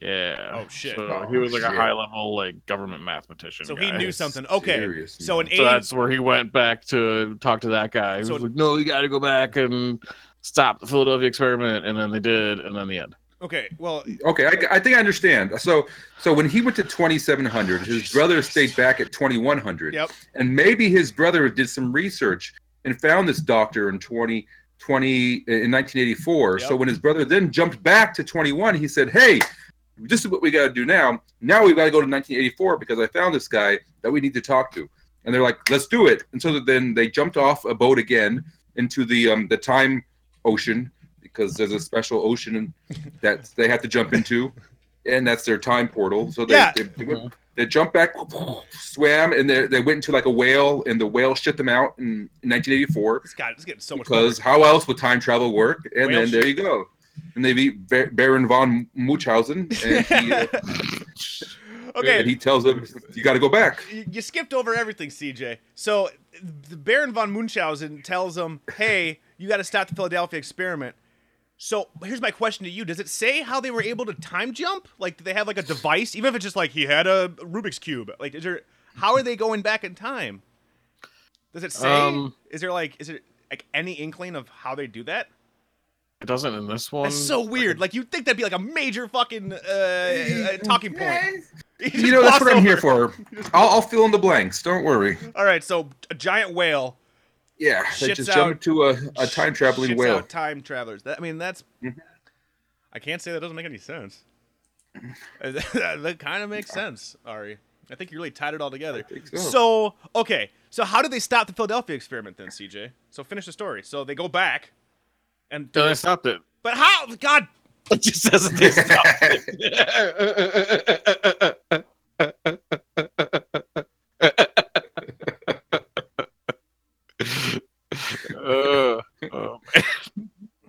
Yeah. Oh, shit. So Oh, he was like shit. a high level like government mathematician. So guy. he knew something. Okay. serious, so in man. eighty, So that's where he went back to talk to that guy. He So- was like, "No, you got to go back and stop the Philadelphia experiment," and then they did, and then the end. okay. Well, Okay, I, I think I understand. So, so when he went to 2700, his Oh, brother stayed back at 2100. Yep. And maybe his brother did some research and found this doctor in 20, 20 in 1984. So Yep. when his brother then jumped back to 21, he said, "Hey, this is what we got to do now. Now we got to go to 1984 because I found this guy that we need to talk to." And they're like, "Let's do it." And so that then they jumped off a boat again into the um, the time ocean because there's a special ocean that they have to jump into, and that's their time portal. So they, Yeah. they, they, went- they jumped back, swam, and they, they went into like a whale, and the whale shit them out in 1984 this guy is getting so much. because how else would time travel work? And Whale then there you go. And they beat Bar- Baron von Munchausen, and he, uh, better. and okay. he tells them, "You got to go back." You, you skipped over everything, CJ. So the Baron von Munchausen tells him, "Hey, you got to stop the Philadelphia experiment." So here's my question to you: Does it say how they were able to time jump? Like, do they have like a device? Even if it's just like he had a Rubik's cube. Like, is there? How are they going back in time? Does it say? Um, is there like is there like any inkling of how they do that? It doesn't in this one. That's so weird. Like you'd think that'd be like a major fucking uh, uh, talking point. You know that's what I'm here for. I'll, I'll fill in the blanks. Don't worry. All right, so a giant whale Yeah, they Shits just out- jump into a, a time traveling shits whale. Mm-hmm. out time travelers. That, I mean, that's. I can't say that doesn't make any sense. Uh, that kind of makes sense, Ari. I think you really tied it all together. think so. so okay, so how did they stop the Philadelphia experiment then, CJ? So finish the story. So they go back, and Then they stopped it. but how? God, It just says that they stopped it. Uh, oh, man.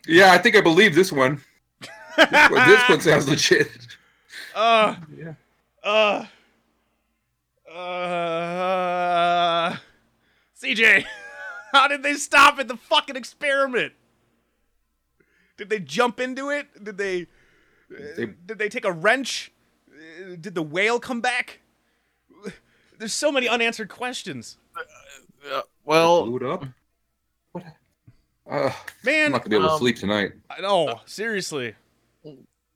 Yeah, I think I believe this one. This one, this one sounds legit. Uh, Yeah. Uh, uh, CJ, how did they stop at the fucking experiment? Did they jump into it? Did they, They- did they take a wrench? Uh, Did the whale come back? There's so many unanswered questions. Uh, well, blew it up. What? Uh, I'm Man, not gonna be able to Um, sleep tonight. I know, seriously.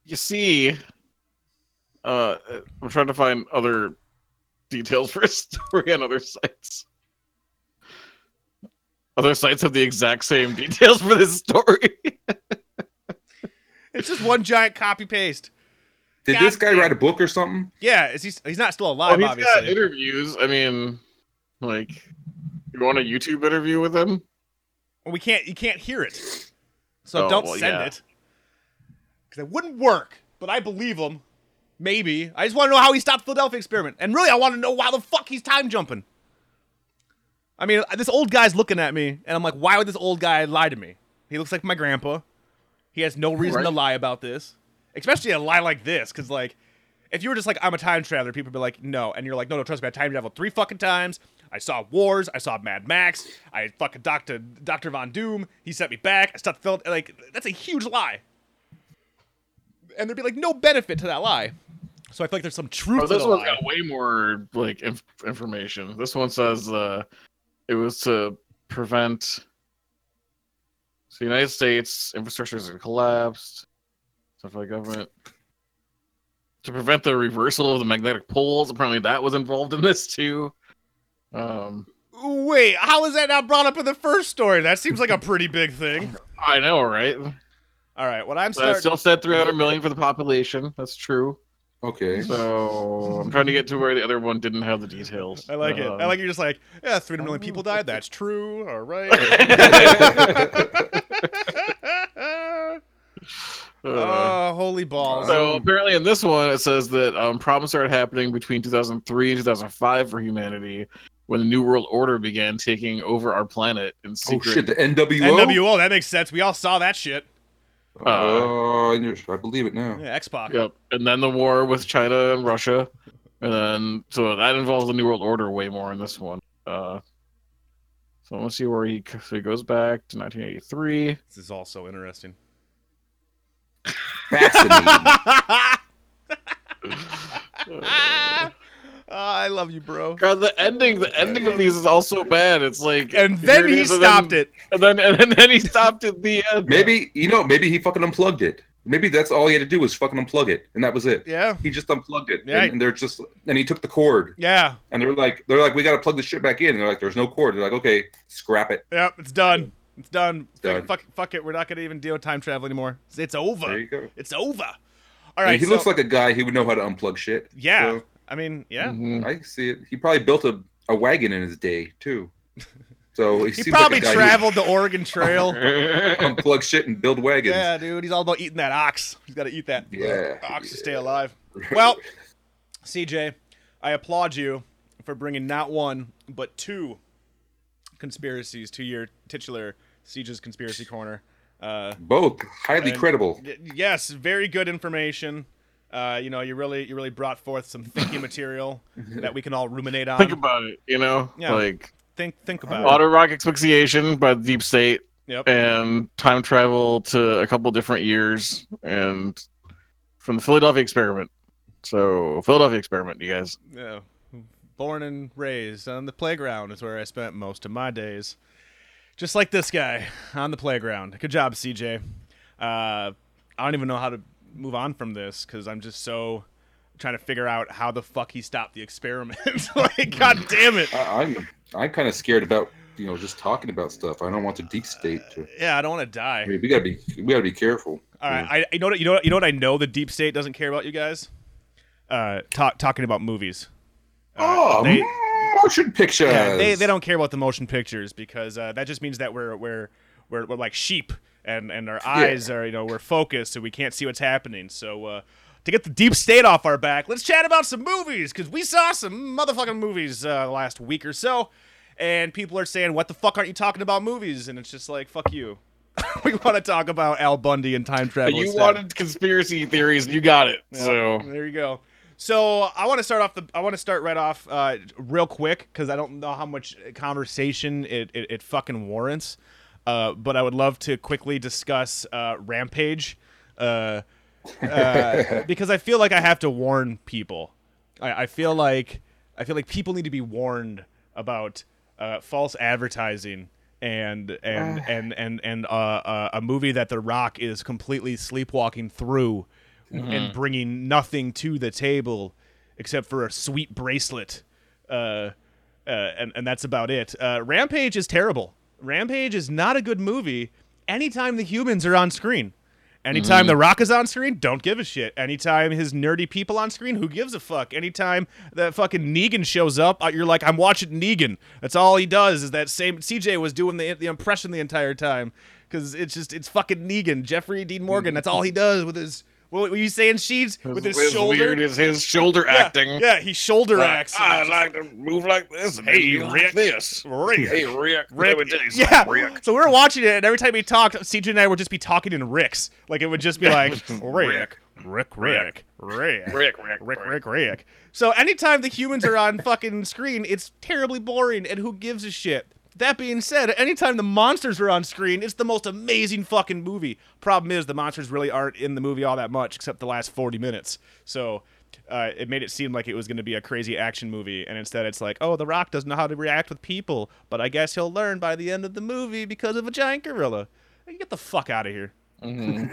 you see, uh, I'm trying to find other details for a story on other sites. Other sites have the exact same details for this story. It's just one giant copy paste. Did God this guy damn. write a book or something? Yeah, is he, he's not still Well, alive, he's got obviously. interviews. I mean, like You want a YouTube interview with him? Well, we can't. You can't hear it, so Oh, don't well, send yeah. it. Because it wouldn't work. But I believe him. Maybe I just want to know how he stopped the Philadelphia experiment, and really, I want to know why the fuck he's time jumping. I mean, this old guy's looking at me, and I'm like, why would this old guy lie to me? He looks like my grandpa. He has no reason to Right. lie about this, especially a lie like this. Because like, if you were just like, I'm a time traveler, people would be like, no, and you're like, no, no, trust me, I time traveled three fucking times. I saw wars. I saw Mad Max. I fucking Doctor Doctor Von Doom. He sent me back. I stopped filled. Like that's a huge lie. And there'd be like no benefit to that lie. So I feel like there's some truth Oh, to this the one's lie. got way more like inf- information. This one says uh, it was to prevent. So the United States infrastructure has collapsed. Stuff like government to prevent the reversal of the magnetic poles. Apparently, that was involved in this too. Um, Wait, how is that not brought up in the first story? That seems like a pretty big thing. I know, right? All right, what I'm So I starting. still said 300 million for the population. That's true. Okay. So I'm trying to get to where the other one didn't have the details. I like it. I Um, like you're just like, yeah, 300 million people died. That's true. All right. Oh, uh, oh, holy balls. Um, So apparently, in this one, it says that um, problems started happening between 2003 and 2005 for humanity when the New World Order began taking over our planet in Oh secret. shit, the NWO. NWO, that makes sense. We all saw that shit. Uh. Oh, and you're- I believe it now. Yeah, X-Pac. Yep. And then the war with China and Russia, and then so that involves the New World Order way more in this one. Uh, so let's see where he so he goes back to 1983. This is also interesting. Fascinating. Ah, I love you, bro. God, the ending, the ending of these is also bad. It's like, And then he stopped it. and then and then, and then he stopped at the end. maybe you know, maybe he fucking unplugged it. Maybe that's all he had to do was fucking unplug it, and that was it. Yeah. He just unplugged it, Yeah. and, and they're just, and he took the cord, Yeah. and they're like, they're like, we got to plug this shit back in. And they're like, there's no cord. They're like, okay, scrap it. Yep. It's done. It's done. Done. Fuck, fuck it. We're not gonna even deal with time travel anymore. It's over. There you go. It's over. All I mean, right. he so- looks like a guy who would know how to unplug shit. Yeah. So, I mean, yeah. Mhm. I see it. He probably built a, a wagon in his day too. So he, He seems probably like a guy who traveled the Oregon Trail. would unplug shit and build wagons. yeah, dude. He's all about eating that ox. He's got to eat that Yeah. ox to stay alive. Well, CJ, I applaud you for bringing not one but two conspiracies to your titular CJ's conspiracy corner. Uh, Both highly And- credible. y- yes, very good information. Uh, you know, you really you really brought forth some thinking material that we can all ruminate on. Think about it, you know, Yeah. like think think about it. auto rock asphyxiation by the deep state Yep. and time travel to a couple different years and from the Philadelphia experiment. So Philadelphia experiment, you guys. yeah, born and raised on the playground is where I spent most of my days. Just like this guy on the playground. Good job, CJ. Uh, I don't even know how to move on from this because I'm just so trying to figure out how the fuck he stopped the experiment. like, god damn it. I, I'm I'm kind of scared about you know just talking about stuff. I don't want the deep state to. Yeah, I don't want to I die. mean, we gotta be we gotta be careful. All right, I, you know what you know what, you know what I know the deep state doesn't care about you guys. Uh, talk, talking about movies. oh, they- motion pictures. Yeah, they, they don't care about the motion pictures because uh, that just means that we're we're we're, we're like sheep and, and our eyes are you know we're focused and we can't see what's happening. So uh, to get the deep state off our back, let's chat about some movies because we saw some motherfucking movies uh, last week or so, and people are saying, "What the fuck aren't you talking about movies?" And it's just like, "Fuck you." we want to talk about Al Bundy and time travel. you instead. wanted conspiracy theories, you got it. So There you go. So I want to start off the. I want to start right off uh, real quick because I don't know how much conversation it it, it fucking warrants. Uh, but I would love to quickly discuss uh, Rampage, uh, uh, because I feel like I have to warn people. I, I feel like I feel like people need to be warned about uh, false advertising and and and and and uh, uh, a movie that The Rock is completely sleepwalking through and bringing nothing to the table except for a sweet bracelet. Uh, uh, and, and that's about it. Uh, Rampage is terrible. Rampage is not a good movie anytime the humans are on screen. Anytime The Rock is on screen, don't give a shit. Anytime his nerdy people on screen, who gives a fuck? Anytime that fucking Negan shows up, uh, you're like, I'm watching Negan. That's all he does is that same. CJ was doing the the impression the entire time because it's just it's fucking Negan, Jeffrey Dean Morgan. That's all he does with his. What were you saying, Sheeds? With his It's shoulder. weird is his shoulder yeah, acting. Yeah, he shoulder acts. and I it's like to move like this. And Hey, hey, like Rick. just- this. Hey, Rick. Rick. Every day he's like, Yeah. Rick. So we were watching it, and every time he talked, CJ and I would just be talking in Ricks. Like it would just be like Rick, Rick, Rick, Rick, Rick, Rick, Rick, Rick, Rick, Rick. So anytime the humans are on fucking screen, it's terribly boring, and who gives a shit? That being said, anytime the monsters are on screen, it's the most amazing fucking movie. Problem is, the monsters really aren't in the movie all that much, except the last 40 minutes. So uh, it made it seem like it was going to be a crazy action movie, and instead it's like, oh, The Rock doesn't know how to react with people, but I guess he'll learn by the end of the movie because of a giant gorilla. Get the fuck out of here. Mm-hmm.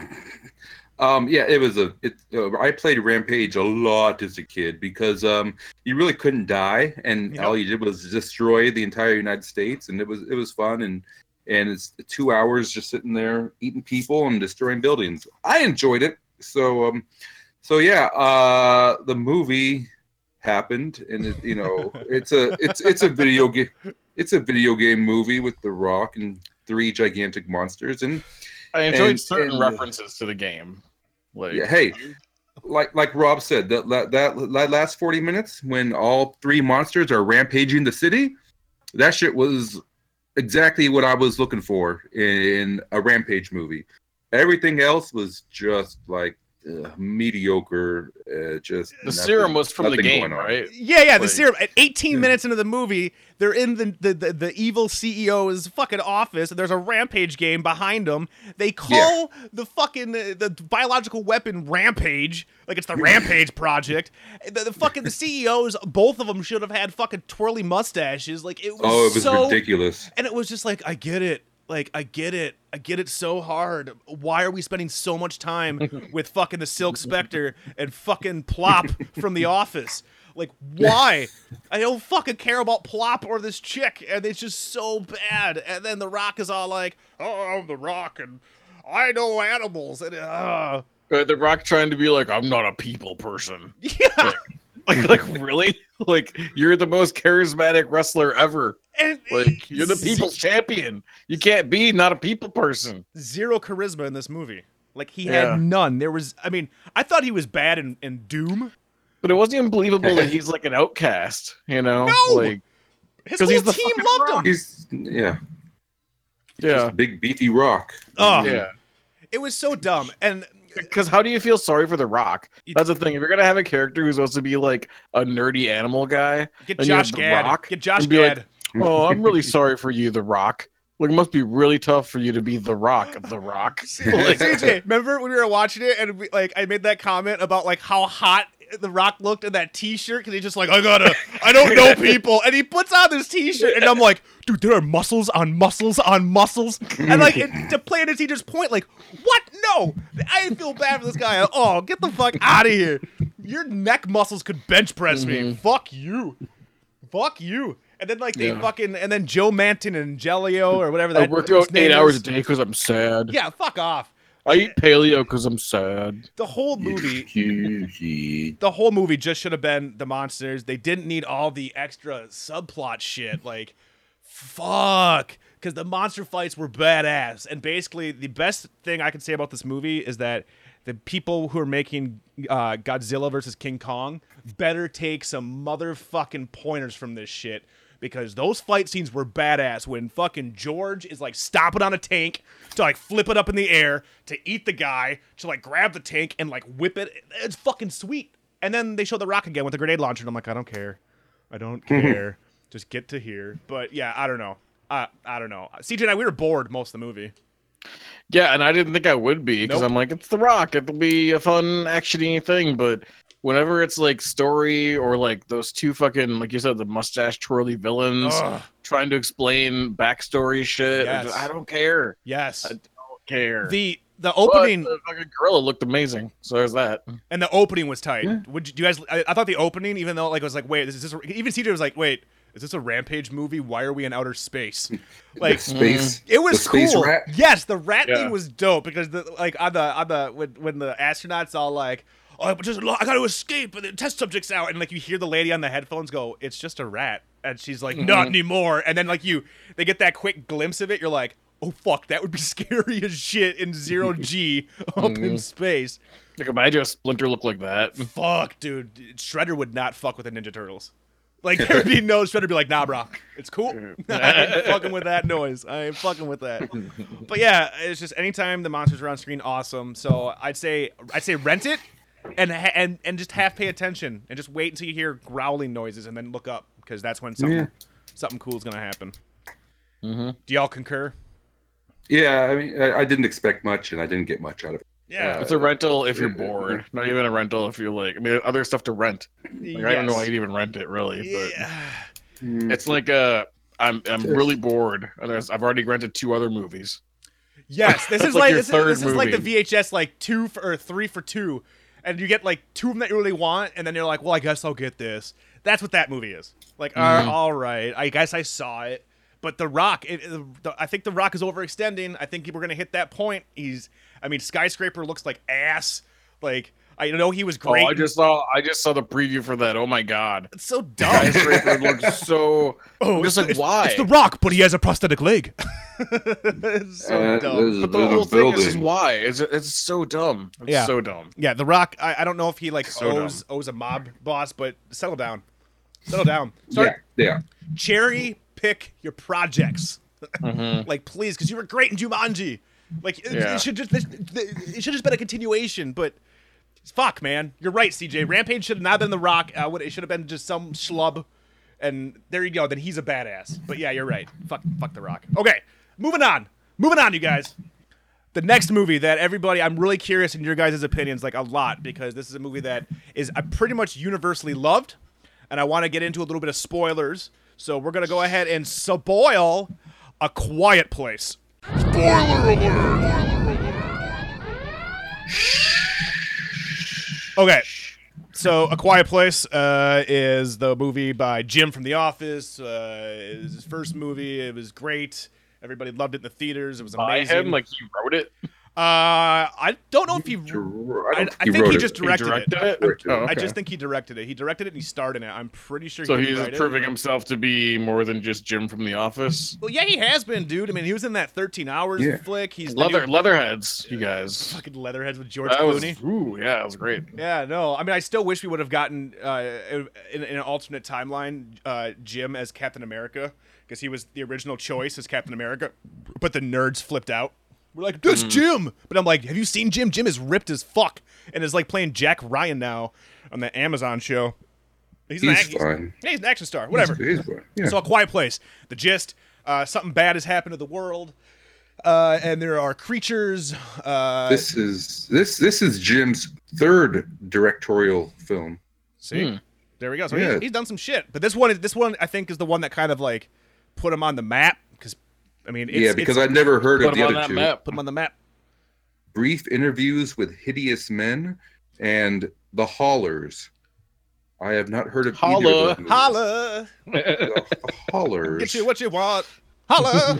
Um, yeah, it was a. It, uh, I played Rampage a lot as a kid because um, you really couldn't die, and Yeah. all you did was destroy the entire United States, and it was it was fun, and and it's two hours just sitting there eating people and destroying buildings. I enjoyed it, so um, so yeah, uh, the movie happened, and it, you know, it's a it's it's a video game, it's a video game movie with The Rock and three gigantic monsters, and I enjoyed And- certain and- references to the game. Like, Yeah, hey, like like Rob said, that that, that that last forty minutes when all three monsters are rampaging the city, that shit was exactly what I was looking for in a rampage movie. Everything else was just like ugh, mediocre. Uh, just the serum was from the nothing game, going on. right? Yeah, yeah, the Like- serum. At 18 Yeah. minutes into the movie, they're in the, the, the, the evil CEO's fucking office, and there's a rampage game behind them. They call the fucking uh, the biological weapon Rampage, like it's the Rampage Project. The, the fucking the CEOs, both of them should have had fucking twirly mustaches. Like it was, Oh, it was so, ridiculous. and it was just like, I get it. Like, I get it. I get it so hard. Why are we spending so much time with fucking the Silk Spectre and fucking Plop from The Office? Like, why? I don't fucking care about Plop or this chick. And it's just so bad. And then The Rock is all like, oh, I'm The Rock and I know animals. And, uh, Uh, the Rock trying to be like, I'm not a people person. yeah. Like, like really? Like, you're the most charismatic wrestler ever. And Like, you're the people's champion. You can't be not a people person. zero charisma in this movie. Like, he Yeah. had none. There was, I mean, I thought he was bad in, in Doom. But it wasn't even believable that he's like an outcast, you know? No! Like, His whole 'Cause he's the team fucking loved him. Rock. He's yeah, yeah. big beefy rock. Oh, Yeah. it was so dumb. And Because how do you feel sorry for The Rock? That's the thing. If you're going to have a character who's supposed to be like a nerdy animal guy, get And you have Josh The Gad. Rock get Josh and be like, Gad. oh, I'm really sorry for you, The Rock. Like, it must be really tough for you to be The Rock, The Rock. Like, CJ, remember when we were watching it and we, like I made that comment about like how hot The Rock looked in that T-shirt because he's just like I gotta, I don't know people, and he puts on this T-shirt and I'm like, dude, there are muscles on muscles on muscles, and like it, to play at his teacher's point, like what? No, I feel bad for this guy. at all. get the fuck out of here. Your neck muscles could bench press Mm-hmm. me. Fuck you. Fuck you. And then like they Yeah. fucking and then Joe Manton and Jelio or whatever I that work dude's out eight name hours a is. day because I'm sad. Yeah, fuck off. I eat paleo because I'm sad. The whole movie, the whole movie just should have been the monsters. They didn't need all the extra subplot shit. Like, fuck, because the monster fights were badass. And basically, the best thing I can say about this movie is that the people who are making uh, Godzilla versus King Kong better take some motherfucking pointers from this shit. Because those fight scenes were badass when fucking George is like stomping on a tank to like flip it up in the air to eat the guy to like grab the tank and like whip it. It's fucking sweet. And then they show the rock again with the grenade launcher, and I'm like, I don't care. I don't care. Just get to here. But yeah, I don't know. I I don't know. CJ and I we were bored most of the movie. Yeah, and I didn't think I would be because Nope. I'm like, it's The Rock. It'll be a fun, actiony thing. But whenever it's like story or like those two fucking, like you said, the mustache twirly villains Ugh. trying to explain backstory shit, I just- Yes. I don't care. Yes. I don't care. The the But uh, opening the fucking gorilla looked amazing. So there's that. and the opening was tight. Would you, do you guys? I, I thought the opening, even though like I was like, wait, this is this. Even CJ was like, wait, Is this a rampage movie? Why are we in outer space? Like mm. space. it was the space cool. rat. Yes, the rat Yeah. thing was dope because the like on the on the when, when the astronauts all like oh I just lo- I got to escape and the test subjects out and like you hear the lady on the headphones go it's just a rat and she's like not anymore and then like you they get that quick glimpse of it you're like oh fuck that would be scary as shit in zero g up in space Like imagine a splinter look like that. fuck dude Shredder would not fuck with the Ninja Turtles. Like there'd be no Shredder would be like, nah, bro, it's cool. I ain't fucking with that noise. I ain't fucking with that. But yeah, it's just anytime the monsters are on screen, awesome. So I'd say I'd say rent it and ha- and and just half pay attention and just wait until you hear growling noises and then look up because that's when something Yeah. something cool's gonna happen. Do y'all concur? Yeah, I mean, I, I didn't expect much, and I didn't get much out of it. Yeah. It's a rental if you're bored. Not even a rental if you're like. I mean, other stuff to rent. Like, I don't know why you'd even rent it, really. But Yeah. Mm-hmm. it's like uh, I'm I'm really bored. And there's, I've already rented two other movies. Yes, this is Like like, your this, is, third this is like the movie. VHS like two for, or three for two, and you get like two of them that you really want, and then you're like, well, I guess I'll get this. That's what that movie is. Like, uh, Mm-hmm. all right, I guess I saw it, but The Rock, it, it- the, I think The Rock is overextending. I think we're gonna hit that point. He's, I mean, Skyscraper looks like ass. Like, I know he was great. Oh, I just saw I just saw the preview for that. Oh my god, it's so dumb. skyscraper looks so. oh, I'm just it's- it's- like why? It's The Rock, but he has a prosthetic leg. it's so Uh, dumb. there's a but the little whole thing is, building. just why. It's it's so dumb. It's Yeah. so dumb. Yeah, The Rock. I, I don't know if he like So owes owes a mob boss, but settle down, settle down. Start Yeah, yeah. cherry pick your projects, like please, because you were great in Jumanji. Like it- Mm-hmm. Yeah. it should just this- th- it should just been a continuation, but fuck, man, you're right, CJ. Rampage should have not been The Rock. Uh, what it should have been just some schlub, and there you go. Then he's a badass. But yeah, you're right. Fuck, fuck The Rock. Okay, moving on, moving on, you guys the next movie that everybody i'm really curious in your guys' opinions like a lot because this is a movie that is uh, pretty much universally loved and i want to get into a little bit of spoilers so we're going to go ahead and spoil a quiet place spoiler alert okay so a quiet place uh, is the movie by jim from the office uh, it was his first movie it was great everybody loved it in the theaters it was Buy amazing him like he wrote it. uh, I don't know if he. I, don't I, think I he think wrote he it. just He directed, directed it. it. Directed it. Oh, I okay. just think he directed it. He directed it and he starred in it. I'm pretty sure. so he he's didn't write it. proving himself to be more than just Jim from The Office. Well, yeah, he has been, dude. I mean, he was in that 13 Hours Yeah. flick. He's the Leather new Leatherheads, you guys. fucking Leatherheads with George That was Clooney. ooh yeah, that was great. Yeah, no. I mean, I still wish we would have gotten uh, in, in an alternate timeline uh, Jim as Captain America because he was the original choice as Captain America, but the nerds flipped out. We're like, that's Mm-hmm. Jim, but I'm like, have you seen Jim? Jim is ripped as fuck and is like playing Jack Ryan now on the Amazon show. He's, an, He's ac- fine. yeah, he's an action star. Whatever. He's fine. Yeah. So a quiet place. The gist: uh, something bad has happened to the world, uh, and there are creatures. Uh, this is this this is Jim's third directorial film. See, there we go. So Yeah. he's, he's done some shit, but this one, is this one, I think, is the one that kind of like put him on the map. Because I mean, it's, yeah, because it's, I'd never heard Put of him the on other that two. map. put him on the map. Brief interviews with hideous men and the Haulers. I have not heard of either Holla. of those movies. Holla, The Haulers. get you what you want. Holla.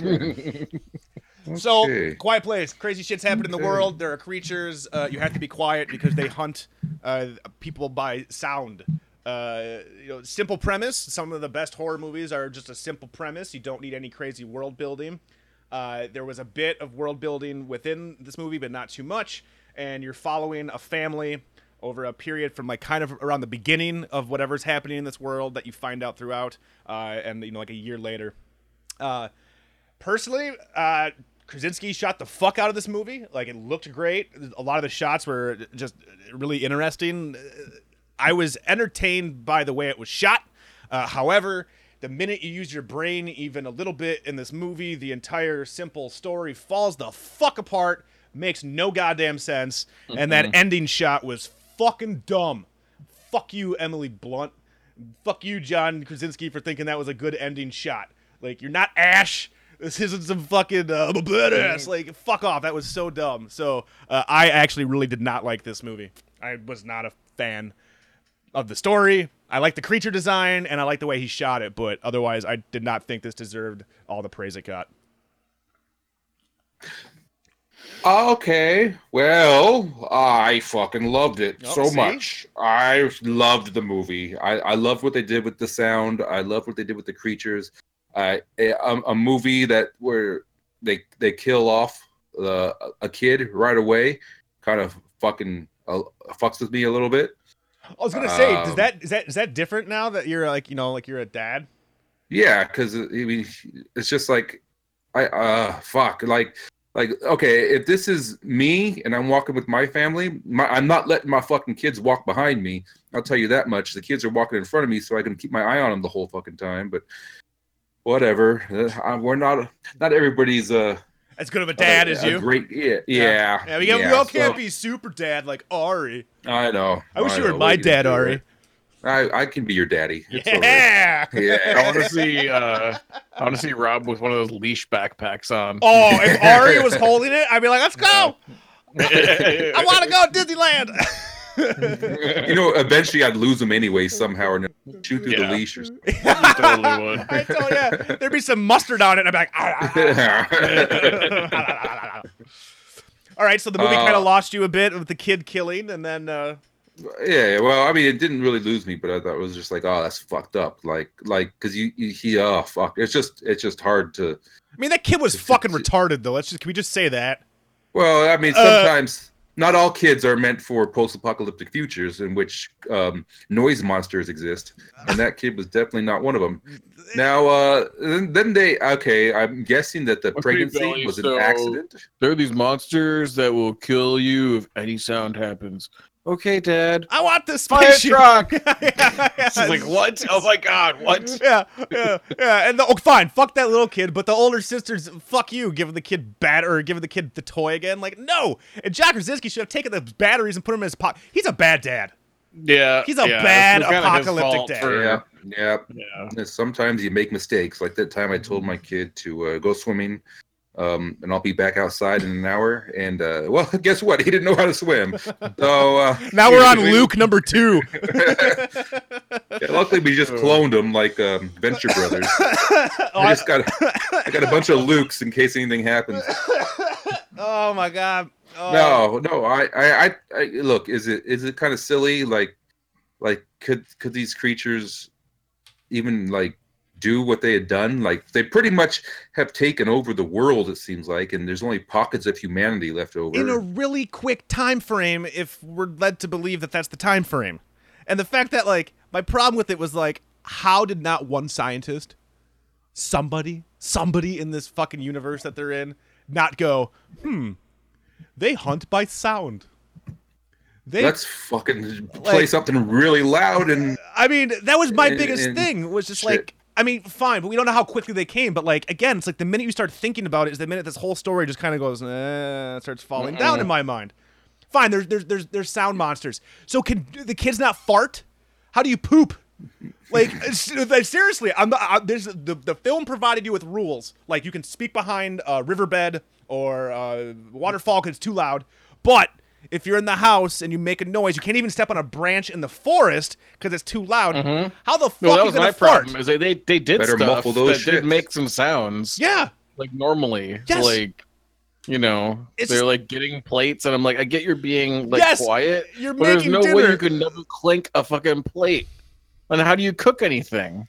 so Okay. quiet place. Crazy shit's happened in the Okay. world. There are creatures. Uh, you have to be quiet because they hunt uh, people by sound. Uh, you know, simple premise. Some of the best horror movies are just a simple premise. You don't need any crazy world building. Uh, there was a bit of world building within this movie, but not too much. And you're following a family over a period from like kind of around the beginning of whatever's happening in this world that you find out throughout, uh, and you know, like a year later. Uh, personally, uh, Krasinski shot the fuck out of this movie. Like it looked great. A lot of the shots were just really interesting. Uh, I was entertained by the way it was shot. Uh, however, the minute you use your brain even a little bit in this movie, the entire simple story falls the fuck apart, makes no goddamn sense, and that ending shot was fucking dumb. Fuck you, Emily Blunt. Fuck you, John Krasinski, for thinking that was a good ending shot. Like, you're not Ash. This isn't some fucking uh, I'm a badass. Like, fuck off. That was so dumb. So, uh, I actually really did not like this movie. I was not a fan of the story, I like the creature design and I like the way he shot it, but otherwise, I did not think this deserved all the praise it got. Okay. Well, I fucking loved it Oh, so see? much. I loved the movie. I, I loved what they did with the sound. I loved what they did with the creatures. I a, a movie that where they they kill off the a kid right away, kind of fucking uh, fucks with me a little bit. I was gonna say, does Um, that is that is that different now that you're like you know like you're a dad? Yeah, because I mean, it's just like I uh fuck like like okay if this is me and I'm walking with my family, my, I'm not letting my fucking kids walk behind me. I'll tell you that much. The kids are walking in front of me, so I can keep my eye on them the whole fucking time. But whatever, Uh, I, we're not not everybody's uh As good of a dad a- as a you. Great, yeah, yeah, Yeah, we, got- we all so- can't be super dad like Ari. I know. I wish you know, were what my are gonna dad, do, Ari. right? I I can be your daddy. It's all right. Yeah. I want Yeah. to see. Uh, I want to see Rob with one of those leash backpacks on. Oh, if Ari was holding it, I'd be like, let's go. I I want to go to Disneyland. you know, eventually I'd lose him anyway somehow or another. Shoot through Yeah. the leash or something. totally would. I told you, there'd be some mustard on it, and I'd be like, "Ah, ah, ah." all right. So the movie Uh, kind of lost you a bit with the kid killing, and then uh, yeah, well, I mean, it didn't really lose me, but I thought it was just like, oh, that's fucked up. Like, like, cause you, you he, oh, fuck. It's just, it's just hard to. I mean that kid was It's- fucking it's- retarded though. Let's just can we just say that? Well, I mean, Uh, sometimes not all kids are meant for post-apocalyptic futures in which um, noise monsters exist, and that kid was definitely not one of them. Now, uh, then, then they, okay, I'm guessing that the Okay, pregnancy Billy, was so- an accident. There are these monsters that will kill you if any sound happens. Okay, Dad. I want this Fire spaceship. truck. yeah, yeah, She's like, what? Oh my God, what? Yeah, yeah, yeah. And the, oh, fine, fuck that little kid, but the older sisters, fuck you, giving the kid bat or giving the kid the toy again. Like, no. And Jack Krasinski should have taken the batteries and put them in his pocket. He's a bad dad. Yeah, He's a yeah, bad it's kinda his apocalyptic fault dad. for- Yeah, yeah. yeah. Yeah, sometimes you make mistakes. Like that time I told Mm-hmm. my kid to uh, go swimming, um, and I'll be back outside in an hour. And uh, well, guess what? He didn't know how to swim. So uh, Now we're on Luke number two. yeah, luckily, we just cloned him like um, Venture Brothers. I oh, just got I got a bunch of Lukes in case anything happens. oh my god. Oh. No, no. I, I, I, I look. Is it is it kind of silly? Like, like could could these creatures even like do what they had done? Like they pretty much have taken over the world. It seems like, and there's only pockets of humanity left over. in a really quick time frame if we're led to believe that that's the time frame and the fact that like my problem with it was like how did not one scientist somebody somebody in this fucking universe that they're in not go hmm they hunt by sound they Let's fucking play something really loud and I mean, that was my And- biggest and thing. Was just shit. like, I mean, fine, but we don't know how quickly they came. But like, again, it's like the minute you start thinking about it is the minute this whole story just kind of goes, eh, starts falling down in my mind. Fine, there's there's there's there's sound monsters. So can the kids not fart? How do you poop? Like s- like, seriously, I'm not, I, there's the the film provided you with rules. Like you can speak behind a riverbed or uh waterfall because it's too loud. But if you're in the house and you make a noise, you can't even step on a branch in the forest because it's too loud. How the Mm-hmm. fuck Mm-hmm. No, are that you was gonna my fart? problem. Is they they, they did Better stuff muffle those that shits. did make some sounds. Yeah, like normally. Yes. Like you know, It's- they're like getting plates, and I'm like, I get you're being like Yes, quiet. you're but there's making no way dinner. you can never clink a fucking plate. And how do you cook anything?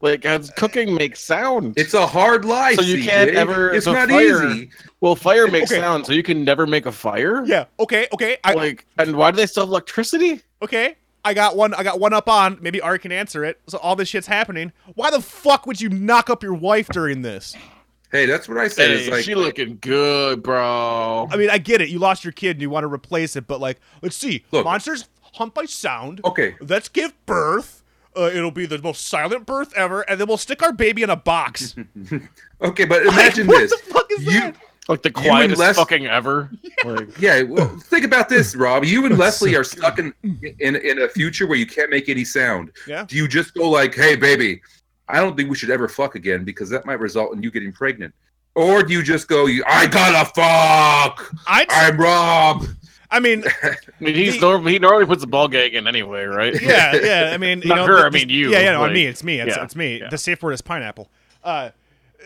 Like, how does Uh, cooking make sound? it's a hard life. So you can't CJ. ever- It's the not fire- easy. well, fire makes Okay. sound, so you can never make a fire. yeah. Okay, okay, I, like, and why do they still have electricity? okay. I got one. I got one up on. Maybe Ari can answer it. So all this shit's happening. Why the fuck would you knock up your wife during this? Hey, that's what I said. Hey, It's like she looking good, bro. I mean, I get it. You lost your kid and you want to replace it, but like, let's see. Look. Monsters hunt by sound. okay, Let's give birth. Uh, it'll be the most silent birth ever, and then we'll stick our baby in a box. okay, but imagine what this. the fuck is you, that? like the and quietest Les- fucking ever. Like, Yeah, well, Oh. think about this, Rob. You and Leslie are stuck in, in in a future where you can't make any sound. Yeah. Do you just go like, "Hey, baby, I don't think we should ever fuck again because that might result in you getting pregnant," or do you just go, "You, I gotta fuck. I'd, I'm Rob. I mean, I mean, he's The- norm- he normally puts a ball gag in anyway, right? yeah, yeah. I mean, you Not know, her, the- I mean you, Yeah, yeah. No, I like, mean it's me. It's, yeah, it's me. yeah. The safe word is pineapple. Uh,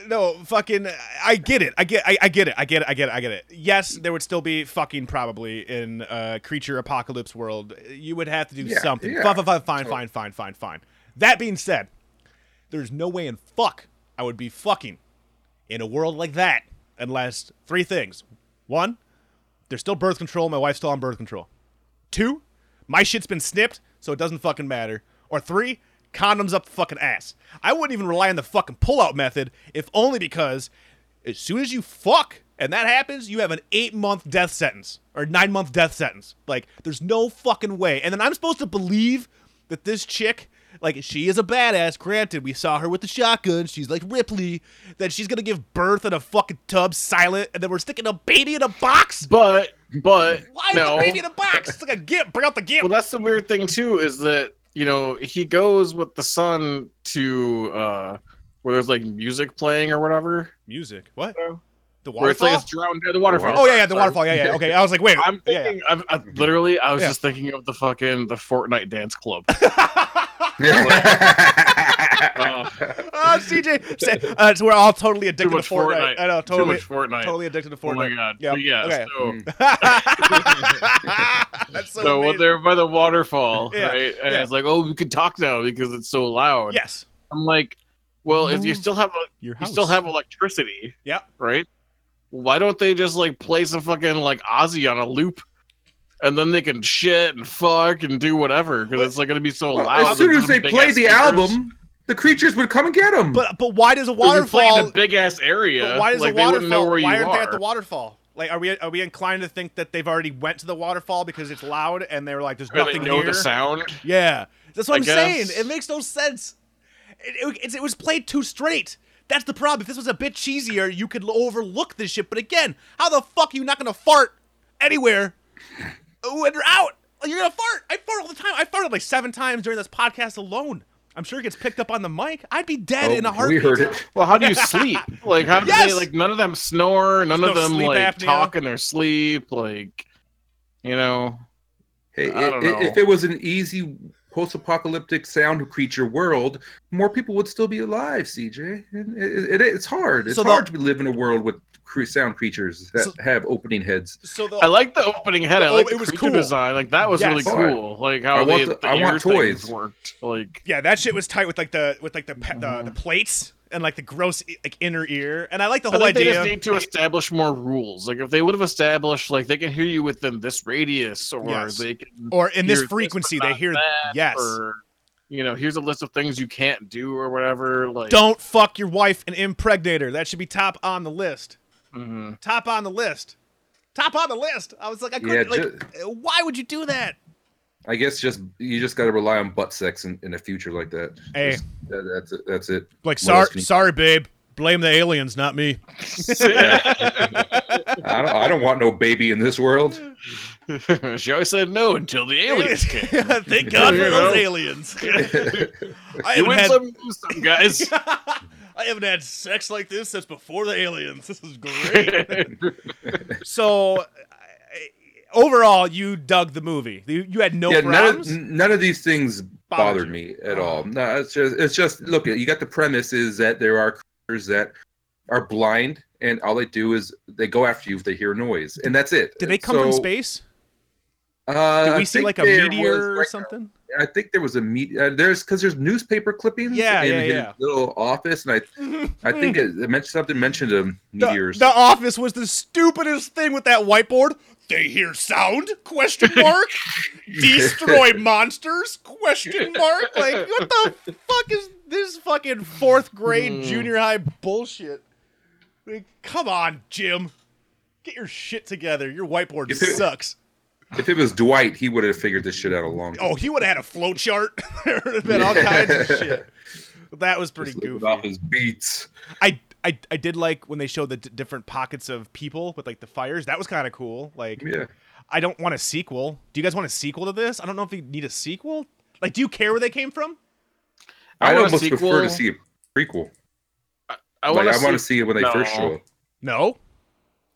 no, fucking. I get it. I get. I, I get it. I get it. I get it. I get it. Yes, there would still be fucking probably in a creature apocalypse world. You would have to do Yeah, something. yeah. Fine, fine, fine, fine, fine, fine, fine, fine. That being said, there's no way in fuck I would be fucking in a world like that unless three things. One, there's still birth control. My wife's still on birth control. Two, my shit's been snipped, so it doesn't fucking matter. Or three, condoms up the fucking ass. I wouldn't even rely on the fucking pullout method, if only because as soon as you fuck and that happens, you have an eight month death sentence or nine month death sentence. Like, there's no fucking way. And then I'm supposed to believe that this chick. Like she is a badass. Granted, we saw her with the shotgun. She's like Ripley. That she's gonna give birth in a fucking tub, silent, and then we're sticking a baby in a box. But but Why is no. the baby in a box? It's like a gimp. Bring out the gimp. well, that's the weird thing too is that you know he goes with the son to uh where there's like music playing or whatever, Music. What? Oh. The where it's waterfall. like it's drowned the waterfall. oh yeah, yeah, the Sorry. waterfall. Yeah, yeah. Okay, I was like, wait. I'm yeah, yeah. thinking. I'm, I, literally, I was Yeah. just thinking of the fucking the Fortnite dance club. Uh, Oh, CJ. Say- Uh, so we're all totally too addicted to much Fortnite. Fortnite. I know, Too totally, much Fortnite. totally addicted to Fortnite. Oh my god. Yeah. But yeah. Okay. So, That's so. so when amazing. they're by the waterfall, Yeah, right? And yeah. it's like, oh, we could talk now because it's so loud. yes, I'm like, well, if you Move still have a, your you house. still have electricity. Yeah. Right. Why don't they just like play some fucking like Ozzy on a loop, and then they can shit and fuck and do whatever because it's like gonna be so Well, loud. as soon with as they big play ass the speakers. album, the creatures would come and get them. But but why does a If you play in waterfall? a big ass area. But why does like, the they waterfall? wouldn't know where you why are. aren't they at the waterfall? Like, are we are we inclined to think that they've already went to the waterfall because it's loud and they're like, there's Where they nothing know here? the sound. Yeah, that's what I I am guess. saying. It makes no sense. It, it, it's- it was played too straight. That's the problem. If this was a bit cheesier, you could l- overlook this shit. But again, how the fuck are you not gonna fart anywhere when you're out? You're gonna fart. I fart all the time. I farted like seven times during this podcast alone. I'm sure it gets picked up on the mic. I'd be dead Oh, in a we heartbeat. heard it. Well, how do you sleep? Like, how do Yes! they like? None of them snore. None There's of no them sleep like apnea. talk in their sleep. Like, you know, Hey, I don't i- i- know. if it was an easy post-apocalyptic sound creature world, more people would still be alive. CJ, And it, it, it's hard. It's So the- hard to live in a world with cre- sound creatures that So- have opening heads. So the I like the opening head. I Oh, like it the was creature cool. design. Like that was Yes. really Alright. cool. Like how I want they, the- the, I want ear things toys. worked. Like Yeah, that shit was tight with like the with like the pe- the, the plates and like the gross i- like inner ear, and I like the Mm. um, I whole think they idea. just need to establish more rules. Like if they would have established, like they can hear you within this radius, or Yes. they can or in this hear but frequency, they not hear that, yes. or you know, here's a list of things you can't do or whatever. Like Don't fuck your wife and impregnate her. That should be top on the list. Mm-hmm. Mhm. Top on the list. Top on the list. I was like, I couldn't. Yeah, like, why would you do that? I guess just you just got to rely on butt sex in, in a future like that. Hey. Just- that- that's it. That's it. Like, What else sorry, can you- sorry, babe. Blame the aliens, not me. I don't, I don't want no baby in this world. she always said no until the aliens came. Thank God for You know? those aliens. I You haven't win had some, lose some, guys. I haven't had sex like this since before the aliens. This is great. so, I- I- overall, you dug the movie. You, you had no yeah, none of, problems. n- none of these things Bothered bothered you. me at all. No, it's just it's just look. You got the premise is that there are creatures that are blind, and all they do is they go after you if they hear noise, and that's it. Did they come from So, space? Uh, Did I we see think like a there was, meteor or like, something? I think there was a meet. Uh, there's because there's newspaper clippings Yeah, in yeah, his yeah. Hmm. little office, and I I think it, it mentioned something mentioned a meteor. or The, the office was the stupidest thing with that whiteboard. They hear sound? Question mark. Destroy monsters? Question mark. Like what the fuck is this fucking fourth Hmm. grade junior high bullshit? Like, come on, Jim. Get your shit together. Your whiteboard If it- sucks. If it was Dwight, he would have figured this shit out a long time. Oh, he would have had a flow chart. there would have been all kinds of shit. That was pretty Just living goofy. off his beats. I, I I did like when they showed the d- different pockets of people with like the fires. That was kind of cool. Like Yeah. I don't want a sequel. Do you guys want a sequel to this? I don't know if you need a sequel. Like, do you care where they came from? I I would want a almost prefer sequel. to see a prequel. I like, want I want to to see it when they no. first show up. No.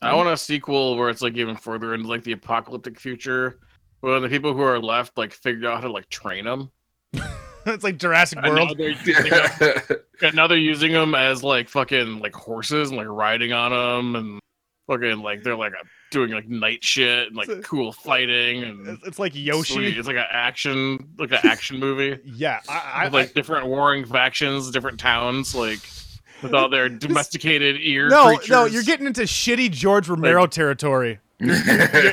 I want a sequel where it's like even further into like the apocalyptic future, where the people who are left like figure out how to like train them. it's like Jurassic And now World. they're using 'em- and now they're using them as like fucking like horses and like riding on them and fucking like they're like doing like night shit and like It's a- cool fighting and It's, it's like Yoshi. sweet. It's like an action, like an action movie. Yeah, I, I with, like different warring factions, different towns, like with all their domesticated ear. no, creatures. no, you're getting into shitty George Romero territory. You're,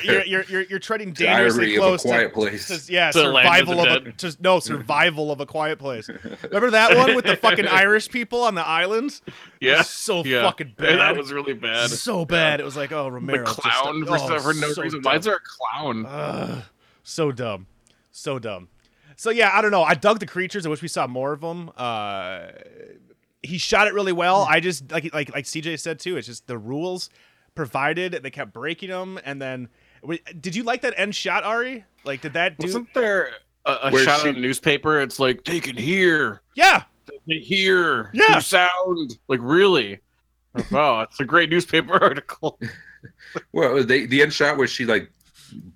you're, you're, you're, you're treading dangerously Diary of a close quiet to, place. to yeah, To Land of the survival of, a to, no survival of a quiet place. Remember that one with the fucking Irish people on the islands? yeah, so yeah. fucking Yeah, bad. that was really bad. so bad. It was like, oh, The Romero, just- clown for, oh, some- for no so reason. dumb. Why is there a clown? Ugh, so dumb, so dumb. So yeah, I don't know. I dug the creatures. I wish we saw more of them. Uh, he shot it really well. I just like like like CJ said too. It's just the rules provided. They kept breaking them, and then w- did you like that end shot, Ari? Like, did that do? Wasn't there a, a Where shot she- in the newspaper? It's like taken here, Yeah, taken here, Yeah. new sound. Like really? Wow, it's a great newspaper article. Well, they, the end shot where she like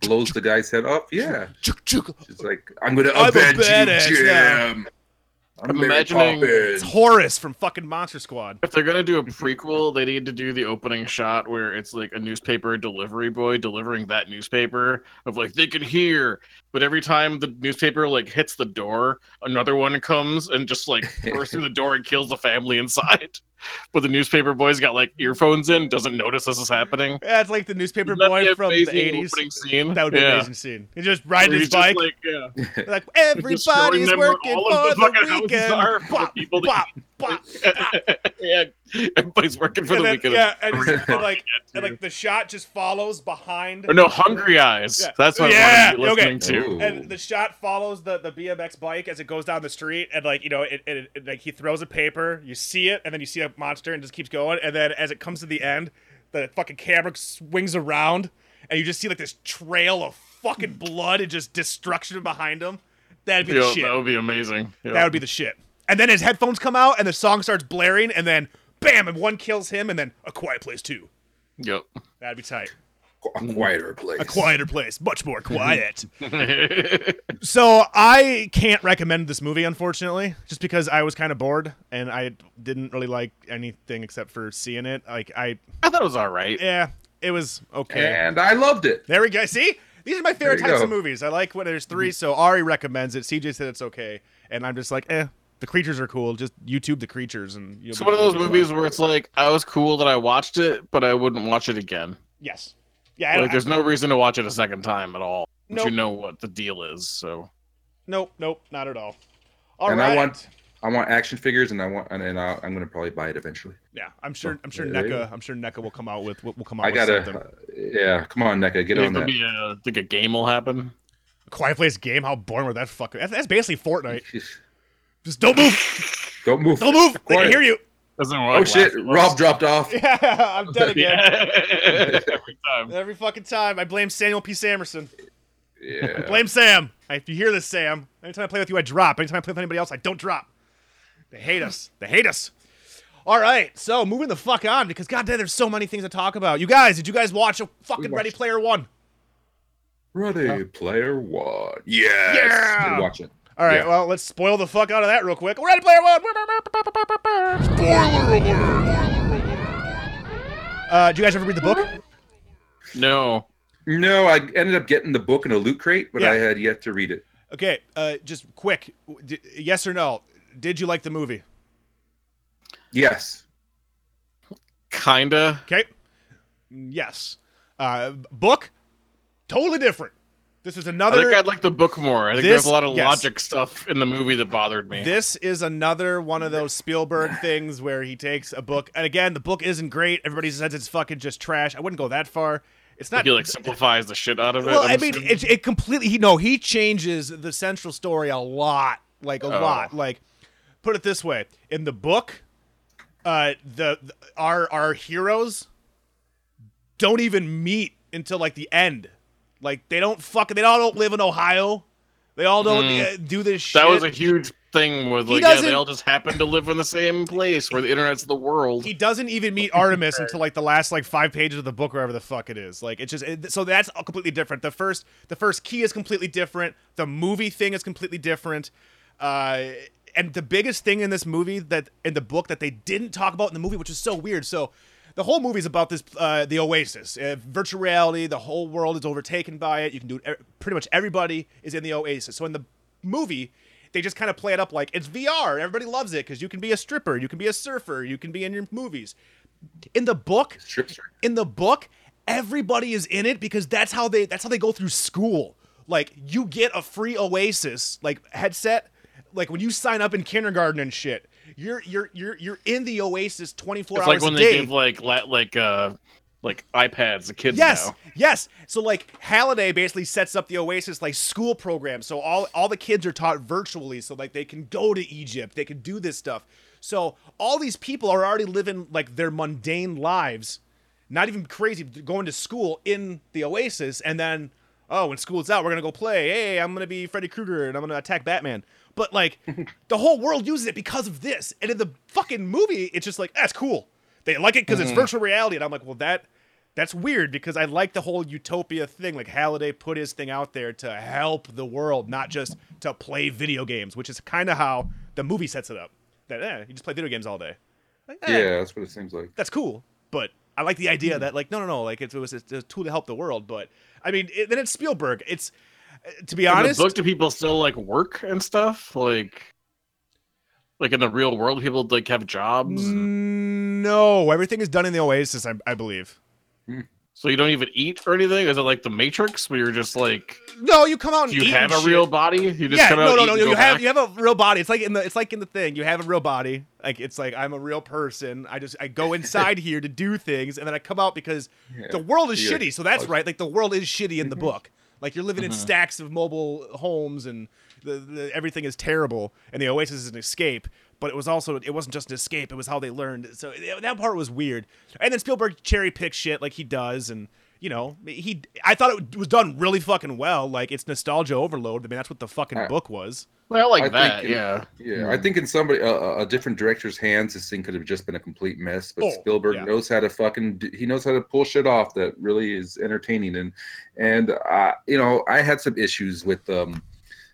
blows the guy's head off. Yeah, Chuk, chuk. she's like, "I'm gonna I'm a avenge badass you, Jim." now. I'm Mary imagining- it's Poppins. Horace from fucking Monster Squad. If they're gonna do a prequel, they need to do the opening shot where it's like a newspaper delivery boy delivering that newspaper of like they can hear, but every time the newspaper like hits the door, another one comes and just like bursts through the door and kills the family inside. But the newspaper boy's got like earphones in, doesn't notice this is happening. Yeah, it's like the newspaper That'd be boy an from the amazing eighties. opening scene. That would be an Yeah. amazing scene. He just Where riding his he's bike. just, like, yeah. Like Just showing everybody's them where working all for of the fucking the houses weekend. are for the Bop, people that- bop, bop. yeah, everybody's working for And the then- weekend. Yeah, and, Everybody's and like working. and like the shot just follows behind, Or Oh, no, Hungry Eyes. Yeah. That's what Yeah, I want to be okay. listening to. Ooh. and the shot follows the the BMX bike as it goes down the street, and like you know, it, it, it like he throws a paper, you see it, and then you see a monster, and it just keeps going, and then as it comes to the end, the fucking camera swings around, and you just see like this trail of fucking blood and just destruction behind him. That'd be Yeah, the shit. that would be amazing. Yeah. That would be the shit. And then his headphones come out, and the song starts blaring, and then bam, and one kills him, and then a quiet place too. Yep. That'd be tight. A quieter place. a quieter place, much more quiet. I so I can't recommend this movie, unfortunately, just because I was kind of bored and I didn't really like anything except for seeing it. Like I, thought it was all right. yeah, it was okay. and I loved it. There we go. See, these are my favorite There types you go. Mm-hmm. of movies. I like when there's three. So Ari recommends it. CJ said it's okay, and I'm just like, eh. The creatures are cool. Just YouTube the creatures, and you'll It's be- one of those you'll be fine. movies where it's like I was cool that I watched it, but I wouldn't watch it again. Yes. Yeah. I don't, Like, there's no reason to watch it a second time at all. But Nope. you know what the deal is. So nope. Nope. Not at all. All right. And I want- I want action figures, and I want, and, and I, I'm gonna probably buy it eventually. Yeah, I'm sure. I'm sure There you NECA. I'm sure NECA will come out with. Will come out I with gotta, something. uh, yeah. Come on, NECA, get on it'll that. be a, like a game will happen. Quiet Place game. How boring would that fucking? That's, that's basically Fortnite. Just don't move. Don't move. Don't move. They can Quiet. hear you. Doesn't Oh shit! Rob dropped off. Yeah, I'm dead again. Every time. Every fucking time. I blame Samuel P. Samerson. Yeah. Blame Sam. I- If you hear this, Sam, anytime I play with you, I drop. Anytime I play with anybody else, I don't drop. They hate us. They hate us. All right, so moving the fuck on because goddamn, there's so many things to talk about. You guys, did you guys watch a fucking Ready watched- Player One? Ready Player One. Yes. Yeah! Gotta Watch it. All right, Yeah. well, let's spoil the fuck out of that real quick. Ready Player One. Spoiler alert. Uh, did you guys ever read the book? No. No, I ended up getting the book in a loot crate, but Yeah. I had yet to read it. Okay, uh, just quick, w- d- yes or no? Did you like the movie? Yes. Kinda. Okay, yes. Uh, book, totally different. This is I think another. I'd like the book more. I think This- there's a lot of yes. logic stuff in the movie that bothered me. This is another one of those Spielberg things where he takes a book, and again, the book isn't great. Everybody says it's fucking just trash. I wouldn't go that far. It's not he like simplifies the shit out of it. Well, I'm I mean, assuming. it, it completely. He no, he changes the central story a lot, like a Oh. lot. Like, put it this way: in the book, uh, the, the our our heroes don't even meet until like the end. Like they don't fucking. They all don't live in Ohio. They all don't uh, do this shit. Mm. that was a huge thing with He like yeah, doesn't- they all just happen to live in the same place where the internet's the world. He doesn't even meet Artemis until like the last like five pages of the book, wherever the fuck it is. Like it's just it, so that's all completely different. The first the first key is completely different. The movie thing is completely different. Uh, and the biggest thing in this movie that in the book that they didn't talk about in the movie, which is so weird. So the whole movie is about this uh, the oasis, uh, virtual reality. The whole world is overtaken by it. You can do it. e, Pretty much everybody is in the oasis. So in the movie, they just kind of play it up like it's VR. Everybody loves it because you can be a stripper, you can be a surfer, you can be in your movies. In the book, Strip strip. in the book, everybody is in it because that's how they that's how they go through school. Like you get a free Oasis like headset. Like when you sign up in kindergarten and shit, you're you're you're you're in the Oasis 24 it's hours like when a they day. give like la- like uh like iPads to kids Yes, now. yes. So like Halliday basically sets up the Oasis like school program, so all all the kids are taught virtually, so like they can go to Egypt, they can do this stuff. So all these people are already living like their mundane lives, not even crazy, going to school in the Oasis, and then oh, when school's out, we're gonna go play. Hey, I'm gonna be Freddy Krueger and I'm gonna attack Batman. But like, the whole world uses it because of this, and in the fucking movie, it's just like that's cool. They like it because it's virtual reality, and I'm like, well, that that's weird because I like the whole utopia thing. Like Halliday put his thing out there to help the world, not just to play video games, which is kind of how the movie sets it up. That eh, you just play video games all day. Like, eh, Yeah, that's what it seems like. that's cool. But I like the idea that like no, no, no, like it was a, a tool to help the world. But I mean, it, then it's Spielberg. It's eh, to be In honest, the book, do people still like work and stuff? Like, like in the real world, people like have jobs. mm, no, everything is done in the Oasis, I, I believe. So you don't even eat or anything? Is it like the Matrix where you're just like No, you come out and do you eat have and a shit. real body? You just yeah, come out no, no, eat no. and You go have back? you have a real body. It's like in the it's like in the thing. You have a real body. Like it's like I'm a real person. I just I go inside here to do things, and then I come out because the world is Yeah. shitty. So that's Like- right. Like the world is shitty in the book. Like you're living in stacks of mobile homes, and the, the, everything is terrible. And the Oasis is an escape. But it was also it wasn't just an escape. It was how they learned. So that part was weird. And then Spielberg cherry picks shit like he does, and you know he I thought it was done really fucking well. Like it's nostalgia overload. I mean that's what the fucking I- book was. well, like I that, think in- yeah. Yeah, I think in somebody uh, a different director's hands, this thing could have just been a complete mess. But Oh, Spielberg yeah. knows how to fucking d- he knows how to pull shit off that really is entertaining. And and uh, you know, I had some issues with um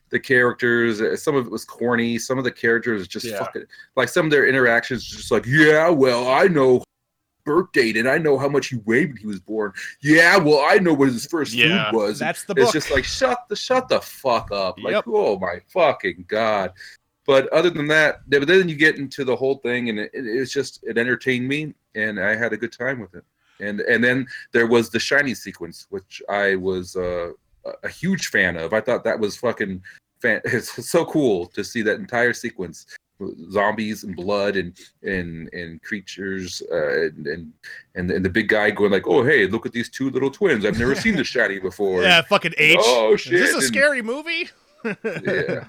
the characters. Uh, Some of it was corny. Some of the characters just Yeah. fucking like some of their interactions, just like yeah, well, I know birth date and I know how much he weighed when he was born. Yeah, well, I know what his first Yeah. food was. That's the It's book. just like shut the shut the fuck up. Like Yep. oh my fucking god. But other than that, th- but then you get into the whole thing, and it, it- it's just it entertained me, and I had a good time with it. And and then there was the shiny sequence, which I was uh, a- a huge fan of. I thought that was fucking fan- it's so cool to see that entire sequence zombies and blood and and and creatures uh, and, and and and the big guy going like oh hey look at these two little twins i've never seen the shiny before yeah, fucking H. oh is shit this a and- scary movie? yeah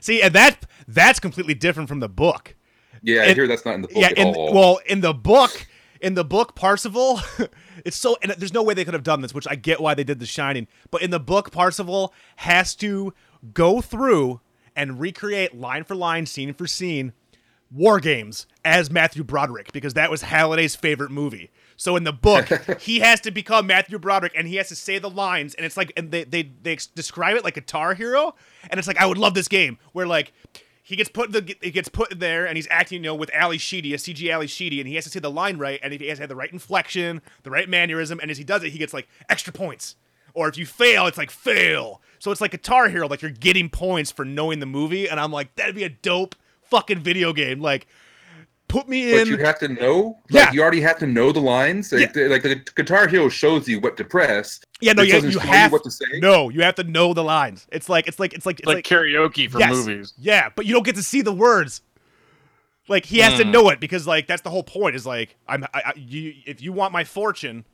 See, and that that's completely different from the book. yeah i And- hear that's not in the book yeah, at in, all well, in the book, in the book, Parsifal, it's so and there's no way they could have done this, which I get why they did The Shining, but in the book, Parsifal has to go through and recreate line for line, scene for scene, war games as Matthew Broderick because that was Halliday's favorite movie. So in the book, he has to become Matthew Broderick and he has to say the lines, and it's like, and they they they ex- describe it like Guitar Hero, and it's like I would love this game where like he gets put in the he gets put in there and he's acting you know with Ali Sheedy, a CG Ali Sheedy, and he has to say the line right, and if he has to have the right inflection, the right mannerism, and as he does it, he gets like extra points. Or if you fail, it's like fail. So it's like Guitar Hero, like you're getting points for knowing the movie, and I'm like, that'd be a dope fucking video game. Like, put me but you in. have to know like Yeah. you already have to know the lines like, the, like the guitar hero shows you what to press yeah, no, it you, doesn't you show you have what to say? No, you have to know the lines. It's like it's like it's like it's Like, like, karaoke for Yes. movies. yeah, but you don't get to see the words. Like he has to Mm. know it because like that's the whole point. Is like I'm I, I, you if you want my fortune,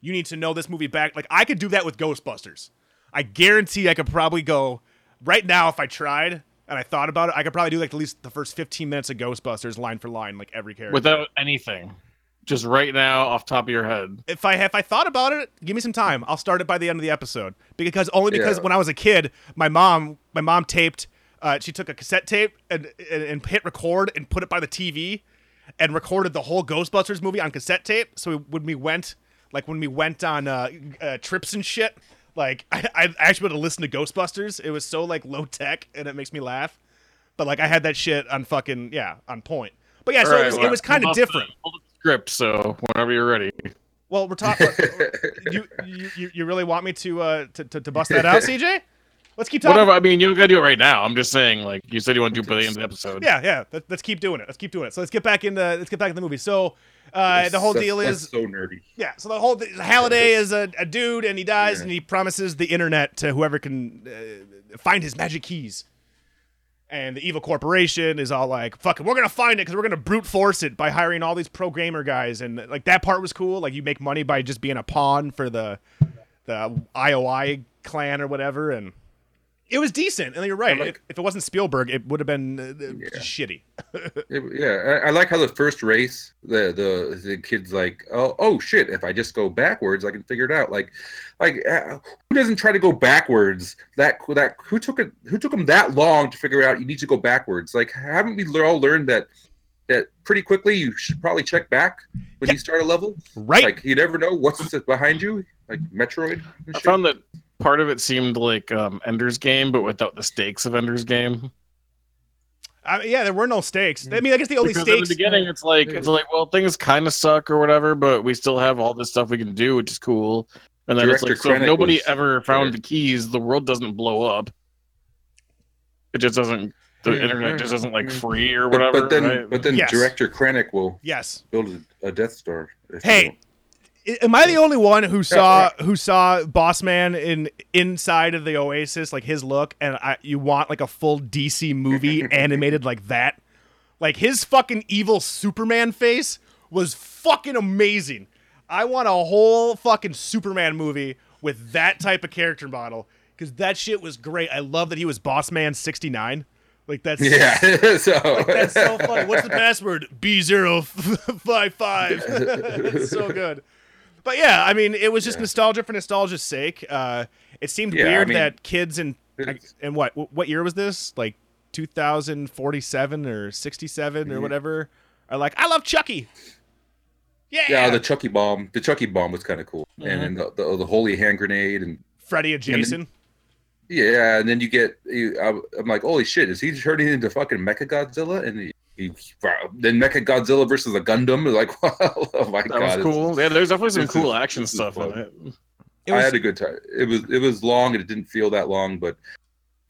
you need to know this movie back. Like I could do that with Ghostbusters. I guarantee I could probably go right now if I tried and I thought about it. I could probably do like at least the first 15 minutes of Ghostbusters line for line, like every character. Without anything. Just right now off top of your head. if I if I thought about it, give me some time. I'll start it by the end of the episode because only because Yeah. when I was a kid, my mom my mom taped Uh, she took a cassette tape and, and and hit record and put it by the TV, and recorded the whole Ghostbusters movie on cassette tape. So we, when we went, like when we went on uh, uh, trips and shit, like I, I actually able to listen to Ghostbusters. It was so like low tech, and it makes me laugh. But like I had that shit on fucking yeah on point. But yeah, so All it was, right, it was kind of Off different. the- off the Script, so whenever you're ready. Well, we're talking. you, you you you really want me to uh to, to, to bust that out, CJ? Let's keep talking. Whatever. I mean, you don't gotta do it right now. I'm just saying, like you said, you want to do it by the end of the episode. Yeah, yeah. Let, let's keep doing it. Let's keep doing it. So let's get back into let's get back in the movie. So uh, the whole That's- deal that's is so nerdy. yeah. So the whole th- Halliday is a, a dude, and he dies, Yeah. and he promises the internet to whoever can uh, find his magic keys. And the evil corporation is all like, "Fuck it, we're gonna find it because we're gonna brute force it by hiring all these programmer guys." And uh, like that part was cool. Like you make money by just being a pawn for the the IOI clan or whatever, and it was decent. And you're right. I like- if, if it wasn't Spielberg, it would have been uh, uh, shitty. It- yeah, I, I like how the first race, the the the kid's like, oh, oh shit! If I just go backwards, I can figure it out. Like, like uh, who doesn't try to go backwards? That that who took it? Who took them that long to figure out you need to go backwards? Like, haven't we le- all learned that that pretty quickly you should probably check back when you start a level? Right. Like, you never know what's behind you. Like Metroid. and I shit. found that part of it seemed like um, Ender's Game, but without the stakes of Ender's Game. I mean, yeah, there were no stakes. I mean, I guess the only Because in stakes. the beginning, it's like it's like, well, things kind of suck or whatever, but we still have all this stuff we can do, which is cool. And then Director it's like, so if Krennic nobody was- ever found Sure. the keys, the world doesn't blow up. It just doesn't. The Yeah, internet right. just isn't like Yeah. free or But, whatever. but then, right? but then, Yes. director Krennic will yes. build a, a Death Star. if you Hey, want. i- am I the only one who saw who saw Boss Man in inside of the Oasis, like his look, and I, you want like a full DC movie animated like that? Like his fucking evil Superman face was fucking amazing. I want a whole fucking Superman movie with that type of character model because that shit was great. I love that he was Boss Man sixty nine. Like that's yeah. so That's so funny. What's the password? B055. it's so good. But yeah, I mean, it was just nostalgia for nostalgia's sake. Uh, it seemed Yeah, I weird mean, that kids in it's- and what what year was this? Like 2047 or 67 or whatever are like, I love Chucky. Yeah, Uh-huh. Yeah, the Chucky bomb. The Chucky bomb was kind of cool, and then the, the the holy hand grenade, and Freddy and then- Jason. yeah, and then you get. You, I, I'm like, holy shit! Is he turning into fucking Mecha Godzilla? And he, he wow, then Mecha Godzilla versus a Gundam. is Like, wow, oh my that god, was it's- cool. Yeah, there's definitely some this cool is- action this is stuff in fun. it. It was- I had a good time. It was it was long, and it didn't feel that long, but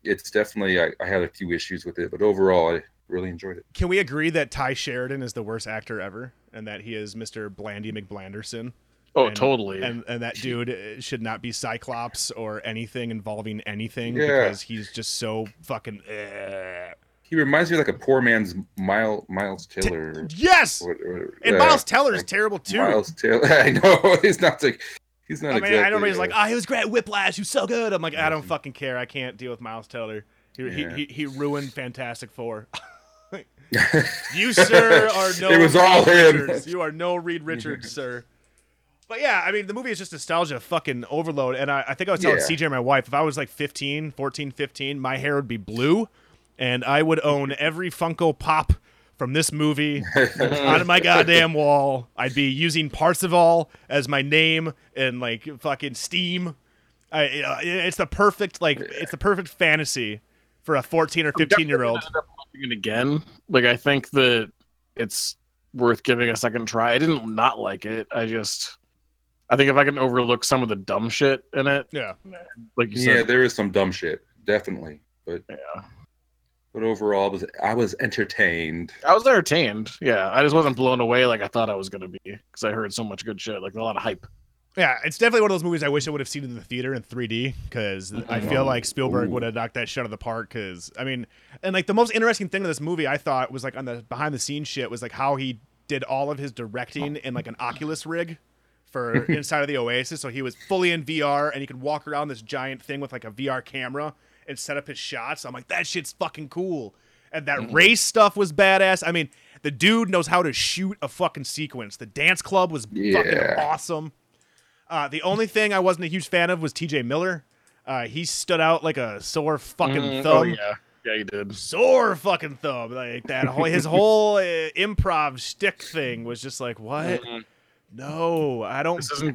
it's definitely. I, I had a few issues with it, but overall, I really enjoyed it. Can we agree that Ty Sheridan is the worst actor ever and that he is Mr. Blandy McBlanderson? Oh, And- totally. and and that dude uh, should not be Cyclops or anything involving anything Yeah. because he's just so fucking. eh. He reminds me of like a poor man's Miles Miles Taylor. Yes, or- or- and yeah. Miles Teller is like, terrible too. Miles Taylor. I know he's not like he's not. I mean, exactly, I know he's uh, like, oh, he was great at Whiplash. He was so good. I'm like, I don't fucking care. I can't deal with Miles Teller. He Yeah. he, he, he ruined Fantastic Four. you sir are no. It was all Reed him. Richards. You are no Reed Richards, sir. But yeah, I mean, the movie is just nostalgia fucking overload. And I, I think I was telling Yeah. CJ, my wife, if I was like 15, 14, 15, my hair would be blue and I would own every Funko Pop from this movie on my goddamn wall. I'd be using Parseval as my name and like fucking Steam. I, uh, it's the perfect, like, it's the perfect fantasy for a 14 or 15 year old. Ended up watching it again. Like I think that it's worth giving a second try. I didn't not like it. I just I think if I can overlook some of the dumb shit in it, Yeah. like you yeah, said, there is some dumb shit, definitely. But yeah. but overall, I was I was entertained. I was entertained. Yeah, I just wasn't blown away like I thought I was gonna be because I heard so much good shit, like a lot of hype. Yeah, it's definitely one of those movies I wish I would have seen in the theater in 3D because I feel like Spielberg Ooh. would have knocked that shit out of the park. Because I mean, and like the most interesting thing of this movie I thought was like on the behind the scenes shit was like how he did all of his directing in like an Oculus rig for inside of the Oasis. So he was fully in VR and he could walk around this giant thing with like a VR camera and set up his shots. I'm like, that shit's fucking cool. And that Mm-hmm. race stuff was badass. I mean, the dude knows how to shoot a fucking sequence. The dance club was Yeah. fucking awesome. Uh, the only thing I wasn't a huge fan of was T.J. Miller. Uh, he stood out like a sore fucking Mm, thumb. oh yeah, Yeah, he did. sore fucking thumb like that whole his whole uh, improv shtick thing was just like what Mm-mm. no i don't This isn't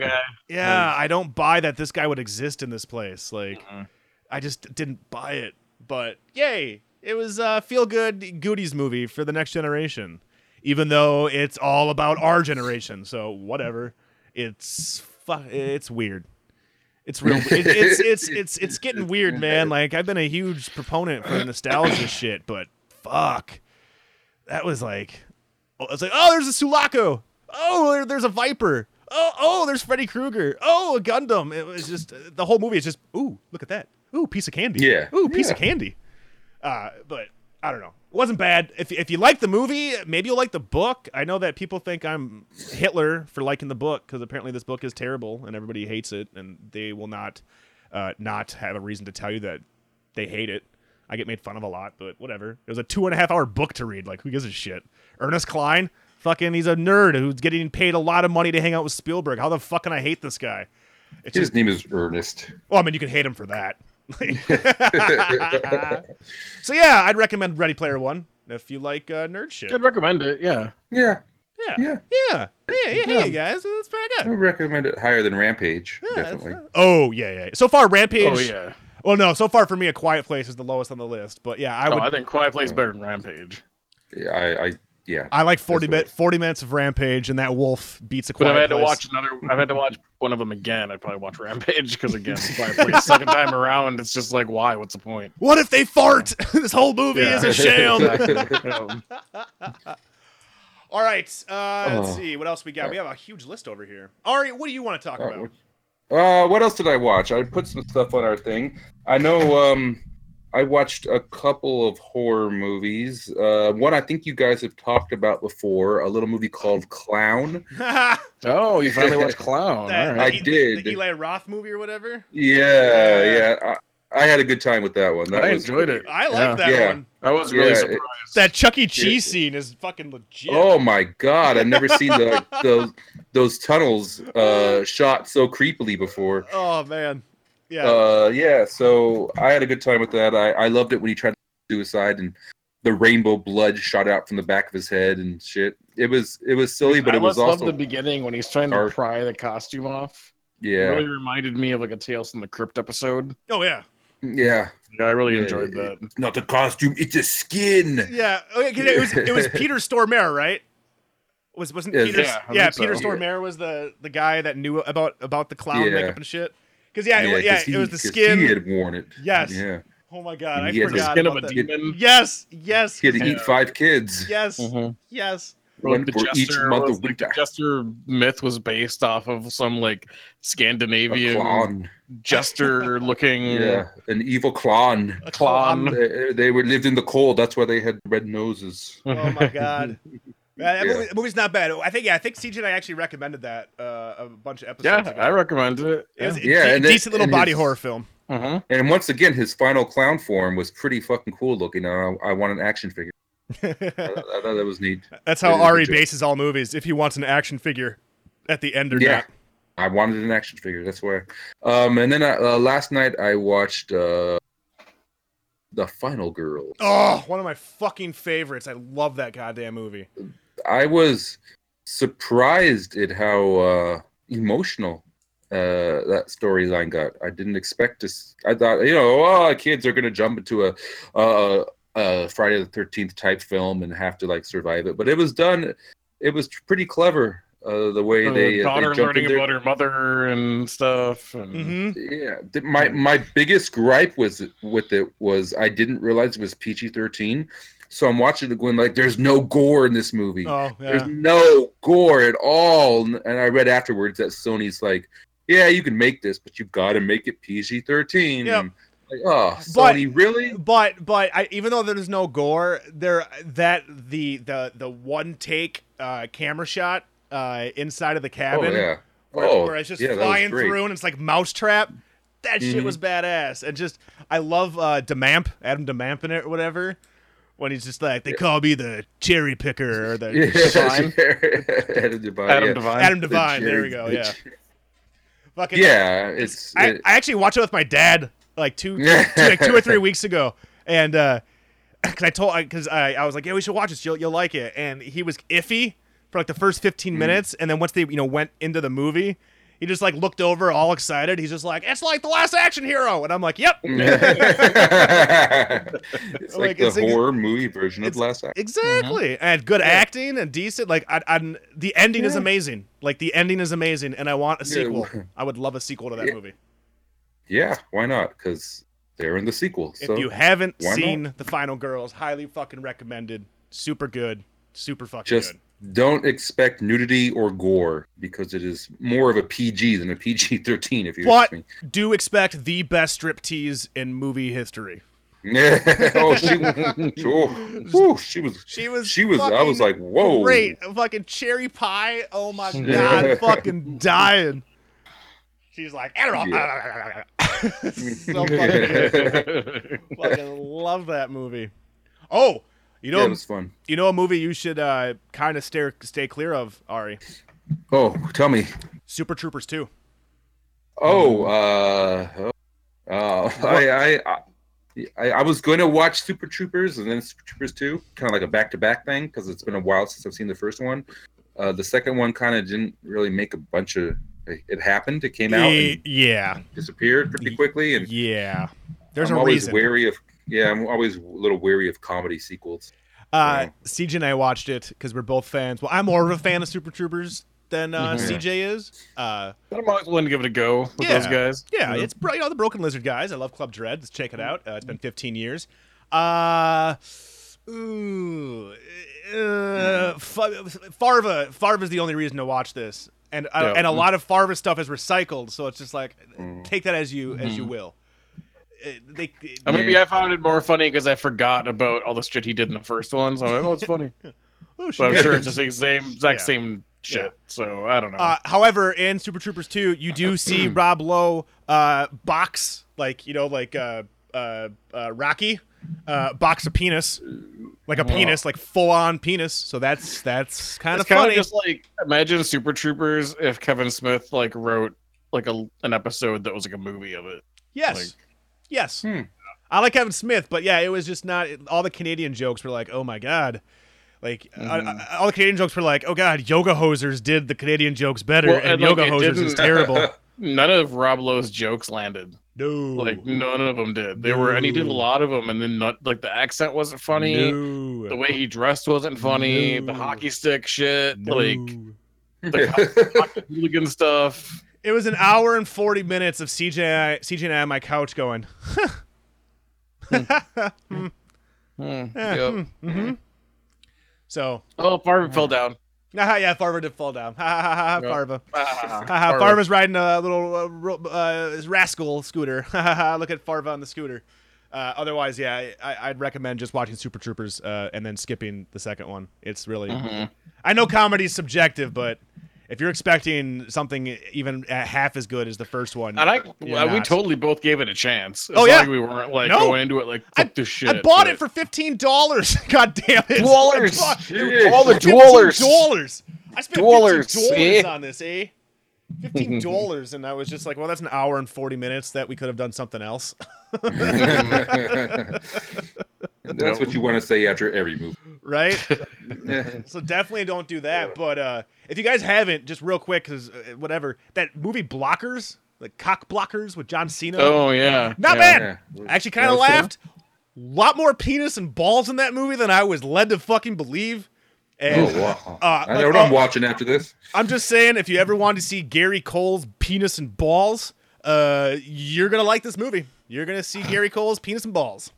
guy. yeah i don't buy that this guy would exist in this place like Mm-mm. i just didn't buy it but yay it was uh feel good goodies movie for the next generation even though it's all about our generation so whatever it's fu- it's weird it's real. It, it's it's it's it's getting weird, man. Like I've been a huge proponent for nostalgia shit, but fuck, that was like, oh, it's like oh, there's a Sulaco. Oh, there, there's a Viper. Oh, oh, there's Freddy Krueger. Oh, a Gundam. It was just the whole movie is just ooh, look at that. Ooh, piece of candy. Yeah. Ooh, piece of Yeah. candy. Uh, but I don't know. It wasn't bad. If if you like the movie, maybe you'll like the book. I know that people think I'm Hitler for liking the book because apparently this book is terrible and everybody hates it, and they will not uh, not have a reason to tell you that they hate it. I get made fun of a lot, but whatever. It was a two and a half hour book to read. Like, who gives a shit? Ernest Klein, fucking, he's a nerd who's getting paid a lot of money to hang out with Spielberg. How the fuck can I hate this guy? It's just, His name is Ernest. well, I mean, you can hate him for that. so yeah, I'd recommend Ready Player One if you like uh, nerd shit. I'd recommend it. Yeah. Yeah, Yeah, yeah, yeah. yeah, yeah. Hey guys, that's pretty I good. would recommend it higher than Rampage. Yeah, that's definitely. not- oh yeah, yeah. So far, Rampage. Oh yeah. Well, no, so far for me, A Quiet Place is the lowest on the list. But yeah, I I, would. oh, I think Quiet Place better than Rampage. Yeah, I, I yeah. I like 40 That's minutes. worse. 40 minutes of Rampage and that wolf beats a But quiet if I had to Place. watch another, if I had to watch one of them again, I'd probably watch Rampage because again, Quiet Place second time around, it's just like, why? What's the point? What if they fart? this whole movie Yeah. is a sham. Um, All right, uh, let's Oh. see what else we got. We have a huge list over here. Ari, what do you want to Oh. talk about? Uh, what else did I watch? I put some stuff on our thing. I know um, I watched a couple of horror movies. Uh, one I think you guys have talked about before, a little movie called Clown. that, oh, you finally watched Clown. All right. I did. The Eli Roth movie or whatever. Yeah, yeah. I, I had a good time with that one. That I was enjoyed it. I like Yeah. that Yeah. one. I was really Yeah, it- surprised. That Chuck E. Cheese Cheese scene is fucking legit. Oh my god! I've never seen the, the those tunnels uh, shot so creepily before. Oh, man, yeah. uh yeah so i had a good time with that i i loved it when he tried suicide and the rainbow blood shot out from the back of his head and shit it was it was silly but I it was almost loved also the beginning when he's trying to Dark. pry the costume off. It yeah really reminded me of like a Tales from the Crypt episode. oh yeah, yeah Yeah, I really Yeah, enjoyed yeah, that. not the costume it's a skin yeah. Oh, yeah, 'cause it was it was Peter Stormare, right? Was wasn't Yes. Peter? Yeah, I yeah, think so. Peter Stormare was the the guy that knew about about the clown Yeah. makeup and shit. Because yeah, yeah, it, 'cause yeah, he- it was the 'cause skin. he had worn it Yes. yeah Oh my god, I He has a forgot Skin of about a that. demon. Yes, yes, he had to Yeah. eat five kids yes, Mhm. yes. one Like, the for each jester month was, of like, the winter jester myth was based off of some like A Scandinavian clown. jester looking yeah an evil clown A clown. they, they were lived in the cold that's why they had red noses Oh my god. Man, that Yeah. movie, the movie's not bad. I think yeah, I think CJ and I actually recommended that uh, a bunch of episodes yeah, ago. I recommend it. it was a Yeah, de- and it- decent little and body his- horror film. Mhm. And once again, his final clown form was pretty fucking cool looking. I, I want an action figure. I, I thought that was neat. That's how It is Ari legit. bases all movies. If he wants an action figure at the end or Yeah, not. I wanted an action figure. That's why. Um, and then I, uh, last night I watched uh, the Final Girl. Oh, one of my fucking favorites. I love that goddamn movie. I was surprised at how uh, emotional uh, that storyline got. I didn't expect to. s- I thought, you know, oh, kids are gonna jump into a, a, a Friday the Thirteenth type film and have to like survive it. But it was done. It was pretty clever uh, the way they, The uh, they daughter jumped in there. learning about her mother and stuff. And Mm-hmm. Yeah, th- my my biggest gripe was with it was I didn't realize it was PG thirteen, so I'm watching it going like, "There's no gore in this movie. Oh, There's yeah. no gore at all. And I read afterwards that Sony's like, yeah, you can make this, but you've got to make it PG 13. Yep. Like, oh, But- Sony, really? But but I, even though there's no gore, there that the the the one take uh, camera shot uh, inside of the Oh, cabin yeah. where, oh, where it's just yeah, that was flying great. Mm-hmm. through and it's like mousetrap. That shit was badass. And just I love uh Demamp, Adam Demamp in it or whatever. When he's just like, they call me the cherry picker or the Yeah, Divine. Adam Devine. Adam yeah. Devine. Adam The Devine. There we cherry- go. the Yeah. cher- Fucking Yeah, it's. I, it- I actually watched it with my dad like two, two, like two or three weeks ago, and uh, because I told because I, I was like, yeah, we should watch this. You'll you'll like it. And he was iffy for like the first Hmm. fifteen minutes, and then once they you know went into the movie, he just like looked over, all excited. He's just like, it's like the last action hero, and I'm like, yep, it's like, Like, the it's ex- horror movie version of it's- Last Act. exactly. Mm-hmm. And good acting and decent. Like I, I, the ending is amazing. Like the ending is amazing, and I want a Yeah. sequel. I would love a sequel to that Yeah. movie. Yeah, why not? Because they're in the sequel. So if you haven't why not? seen the final girls highly fucking recommended super good super fucking just good don't expect nudity or gore because it is more of a PG than a PG thirteen. If you What? ask me. do expect the best striptease in movie history oh, she, oh, whew, she was. she was She was. I was like, whoa. great fucking cherry pie oh my Yeah. god fucking dying she's like Adderall. so fucking good. fucking love that movie oh you Yeah, know it was fun. you know a movie you should uh, kind of stare stay clear of Ari Oh, tell me. Super Troopers 2 Oh, Um, uh, uh, I, I, I, I was going to watch Super Troopers and then Super Troopers Two, kind of like a back-to-back thing, because it's been a while since I've seen the first one. Uh, the second one kind of didn't really make a bunch of. It happened. It came out Ye- and yeah disappeared pretty quickly, and Yeah. There's I'm a always reason. wary of. Yeah, I'm always a little wary of comedy sequels. Uh, CJ and I watched it because we're both fans. Well, I'm more of a fan of Super Troopers than uh, Mhm. CJ is. Uh, But I'm always willing to give it a go with Yeah. those guys. Mm-hmm. yeah, You know? it's bro- you know the Broken Lizard guys. I love Club Dread. Let's check it out. Uh, it's Mm-hmm. been 15 years. Uh, ooh, uh, Fa- Farva. Farva's the only reason to watch this, and uh, Yeah. Mm-hmm. and a lot of Farva stuff is recycled. So it's just like Mm. take that as you as you will. Uh, they, Or maybe Mm-hmm. I found it more funny because I forgot about all the shit he did in the first one. So I'm like, oh, it's funny. oh, shit. But I'm sure it's just the same exact Yeah. same shit. Yeah. So I don't know. Uh, however, in Super Troopers 2, you do see Rob Lowe uh, box, like, you know, like uh, uh, uh, Rocky, uh, box a penis, like a penis, like full on penis. So that's that's kind of it's kind funny. of just like imagine Super Troopers if Kevin Smith like wrote like a an episode that was like a movie of it. yes. like- yes. Hmm. I like Kevin Smith, but yeah, it was just not. It, all the Canadian jokes were like, oh my God. Like uh, uh, all the Canadian jokes were like, "Oh God, yoga hosers did the Canadian jokes better, Well, and, and, like, yoga it hosers is didn't- terrible." None of Rob Lowe's jokes landed. no, Like none of them did. They were and he did a No. lot of them, and then not like the accent wasn't funny. no, The way he dressed wasn't funny. The No. hockey stick shit, like No. Oh, hooligan stuff. It was an hour and forty minutes of CJ, and I- CJ and I on my couch going. Hmm, eh, yep. hmm, mhm. So, Oh, Farva fell down. ah, yeah, Farva did fall down. Ha ha ha ha, Yep. Farva. Ah, Ha, ha, Farva. Farva's riding a little uh, ro- uh, rascal scooter. Ha ha ha! Look at Farva on the scooter. Uh, otherwise, yeah, I, I'd recommend just watching Super Troopers uh, and then skipping the second one. It's really, Mhm. I know comedy's subjective, but if you're expecting something even uh, half as good as the first one, And I, you're we not. totally both gave it a chance. It's Oh, not yeah. like we weren't like No. going into it like I- fuck this shit. I bought it but- for fifteen dollars. God damn it! Dollars. I bought- All the $15. I spent Dollars, $15 eh? on this, eh? Fifteen dollars, and I was just like, "Well, that's an hour and forty minutes that we could have done something else." That's what you want to say after every movie. right? so definitely don't do that. But uh, if you guys haven't, just real quick, because uh, whatever that movie Blockers, like Cock Blockers with John Cena, Oh yeah, not yeah. bad. I actually kind of Okay. laughed. Lot more penis and balls in that movie than I was led to fucking believe. And Oh, wow. uh, I like, know what oh, I'm watching after this. I'm just saying, if you ever wanted to see Gary Cole's penis and balls, uh, you're gonna like this movie. You're gonna see Gary Cole's penis and balls.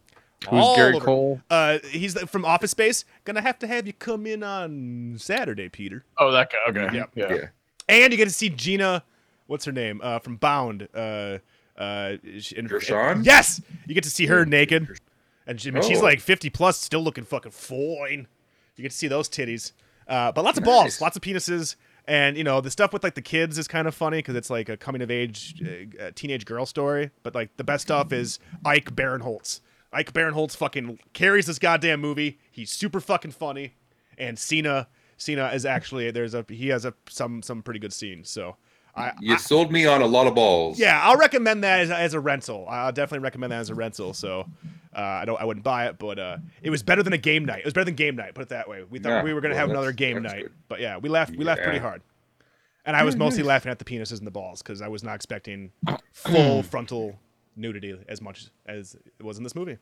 Who's All Gary over. Cole? Uh, he's the- from Office Space. Gonna have to have you come in on Saturday, Peter. Oh, that guy. Okay. Yep. Yeah. Yeah. And you get to see Gina, what's her name, uh, from Bound. Uh, uh, sh- and, Gershon? yes, you get to see her naked, and she, I mean, she's Oh. like 50 plus, still looking fucking fine. You get to see those titties, uh, but lots of balls, Nice. lots of penises, and you know the stuff with like the kids is kind of funny because it's like a coming of age uh, uh, teenage girl story. But like the best stuff is Ike Barinholtz. Ike Barinholtz fucking carries this goddamn movie. He's super fucking funny, and Cena Cena is actually there's a he has a some some pretty good scenes. So I, You sold me on a lot of balls. yeah, I'll recommend that as, as a rental. I'll definitely recommend that as a rental. So uh, I don't, I wouldn't buy it, but uh, it was better than a game night. It was better than game night. Put it that way. We thought Yeah, we were gonna well, have that's- another game that's night, good. but yeah, we laughed. We laughed pretty Yeah. hard, and I was mostly laughing at the penises and the balls because I was not expecting full frontal nudity as much as it was in this movie.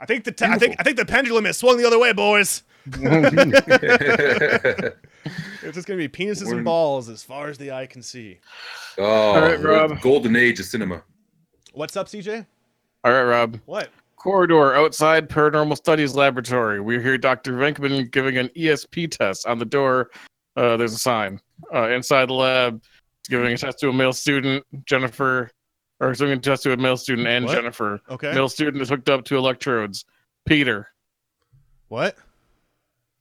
I think the te- I think Beautiful. I think the pendulum has swung the other way, boys. It's just gonna be penises We're- and balls as far as the eye can see. oh, right, the Rob. golden age of cinema. What's up, CJ? All right, Rob. What? Corridor outside Paranormal Studies Laboratory. We hear Dr. Venkman giving an ESP test on the door. Uh, there's a sign. Uh, inside the lab, giving a test to a male student, Jennifer, or giving a test to a male student and What? Jennifer. Okay. Male student is hooked up to electrodes. Peter. What?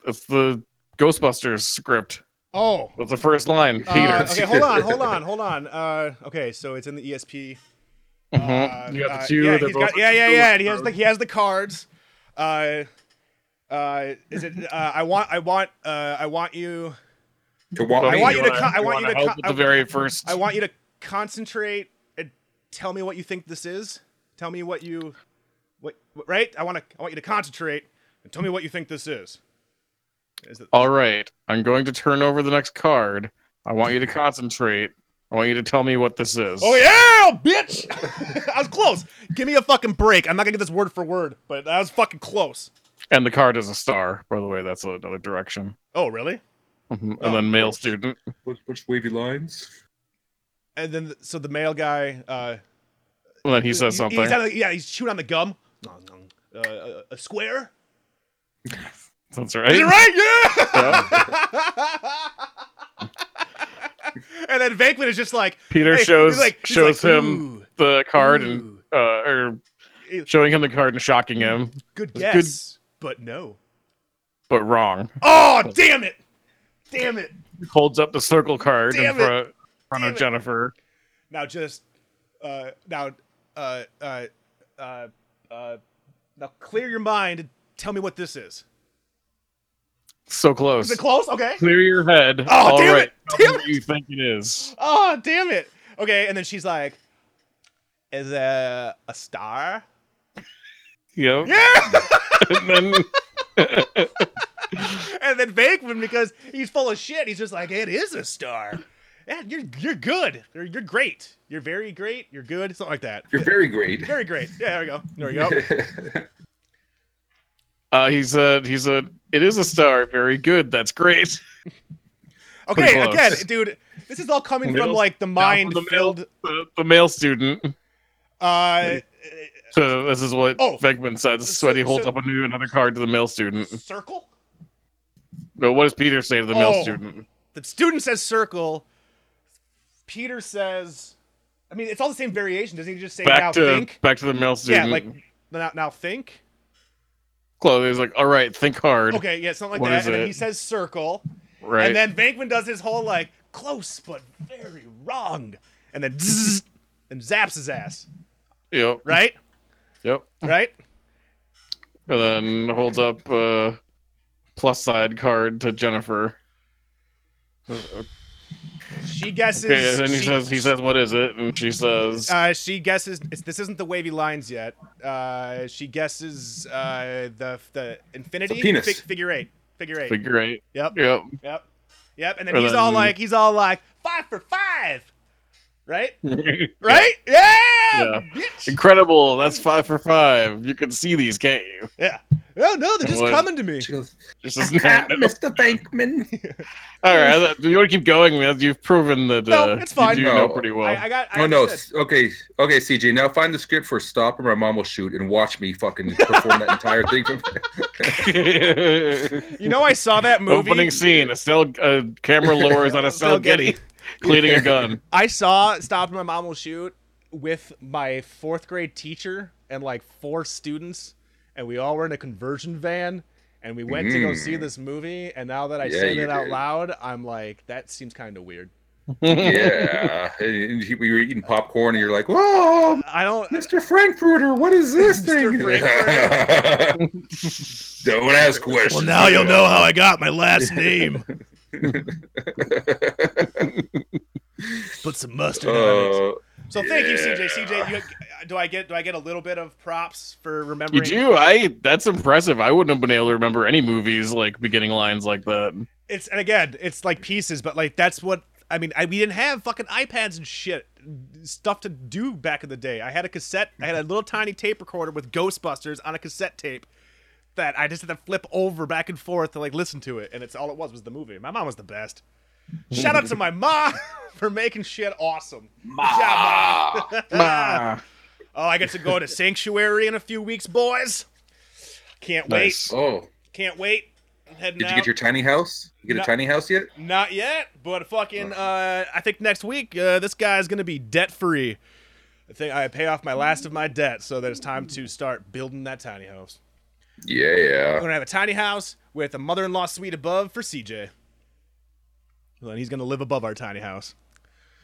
That's the Ghostbusters script. Oh, That's the first line. Uh, Peter. okay, hold on, hold on, hold on. Uh, okay, so it's in the ESP. Mhm. Uh, You got uh, the two. yeah, they're he's both got- yeah, yeah, yeah. And he has the he has the cards. Uh, uh, is it? Uh, I want, I want, uh, I want you. To walk So I me- want you to wanna- co- I want you wanna to help co- with I- the very first. I want you to concentrate and tell me what you think this is. Tell me what you, what, what right? I want to, I want you to concentrate and tell me what you think this is. Is it? All right, I'm going to turn over the next card. I want you to concentrate. I want you to tell me what this is. Oh yeah, bitch! I was close. Give me a fucking break. I'm not gonna get this word for word, but I was fucking close. And the card is a star, by the way. That's another direction. Oh really? Mhm. Oh. And then male student. Which, which wavy lines? And then so the male guy, uh, And then he says he- he's something. on the- yeah, he's chewing on the gum. Uh, a- a square. That's right. Is it right? Yeah. Yeah. and then Venkman is just like Peter hey, he's shows like- he's shows like, him "Ooh, the card and ooh, Mm-hmm. uh, or Ew. showing him the card and shocking him, good good- guess, but no. but wrong. Oh damn it! Damn it! Holds up the circle card Damn in it. front, front Damn of it. Jennifer. Now just uh now uh uh uh uh now clear your mind and tell me what this is. So close. Is it close? Okay. Clear your head. Oh, All damn right. it. Tell Damn me what you think it is? Oh damn it. Okay, and then she's like is a a star? Yep. Yeah. And then. and then Venkman because he's full of shit. He's just like it is a star. Yeah, you're you're good. You're, you're great. You're very great. You're good. Something like that. You're very great. Very great. Yeah, there we go. There we go. Uh, he said, he said, it is a star. Very good. That's great. Pretty Okay, close. again, dude, this is all coming from Middle- like the mind Down from the male- filled The, the male student. uh So this is what Oh. Venkman says. So- Sweaty holds so- up a new, another card to the male student. circle? No, what does Peter say to the male Oh. student? the student says circle. Peter says, I mean, it's all the same variation. Doesn't he just say now Back to think? back to the male Yeah, student. like now, now think. Chloe is like, all right, think hard. Okay, yeah, something like What that. is And then it? he says circle, and Right. then Bankman does his whole like close but very wrong, and then zzz, and zaps his ass. yep. Right, Yep. right. And then holds up a plus side card to Jennifer. She guesses. Okay, and then he she, says, he says, what is it? And she says, Uh, she guesses. It's, this isn't the wavy lines yet. Uh, she guesses uh, the the infinity penis. fig- figure eight. Figure eight. figure eight. yep. Yep. Yep. Yep. And then Or he's all then- like, he's all like, five for five. Right? Right? Yeah. Yeah. bitch! Incredible. That's five for five. You can see these, can't you? Yeah. Oh no, they're just What? coming to me. She goes, This is "Ah, not- Mr. Bankman. All right. I thought- You want to keep going? man. You've proven that No, uh, it's fine. you do know No. pretty well. I, I got. I Oh no. understood. s- Okay, okay, CJ. Now find the script for "Stop" and my mom will shoot, and watch me fucking perform that entire thing. From You know, I saw that movie. Opening scene. Estelle, uh, camera lowers on Estelle Getty cleaning a gun. I saw "Stop and My Mom Will Shoot" with my fourth grade teacher and like four students, and we all were in a conversion van, and we went to go see this movie. And now that I Mm. Yeah, say you that out did. loud, I'm like, that seems kind of weird. yeah, and you- we were eating popcorn, and you're like, "Whoa, I don't. Mr. Frankfurter, what is this thing?" Don't ask questions. how I got my last name. Put some mustard on it. Uh, So thank you, Yeah. CJ. CJ, you, uh, do I get do I get a little bit of props for You remembering? do. I. That's impressive. I wouldn't have been able to remember any movies like beginning lines like that. It's and again, it's like pieces, but like that's what I mean. I, we didn't have fucking iPads and shit stuff to do back in the day. I had a cassette. I had a little tiny tape recorder with Ghostbusters on a cassette tape that I just had to flip over back and forth to like listen to it, and it's all it was was the movie. My mom was the best. Shout out to my mom for making shit awesome. Good job, Ma. Oh, I get to go to Sanctuary in a few weeks, boys. Can't Nice. oh, wait. Can't wait. I'm heading did out. you get your tiny house? You get No. a tiny house yet? Not yet, but fucking, uh, I think next week uh, this guy's gonna be debt free. I think I pay off my last of my debt, so that it's time to start building that tiny house. I'm Yeah. gonna have a tiny house with a mother-in-law suite above for CJ. Well, And he's gonna live above our tiny house,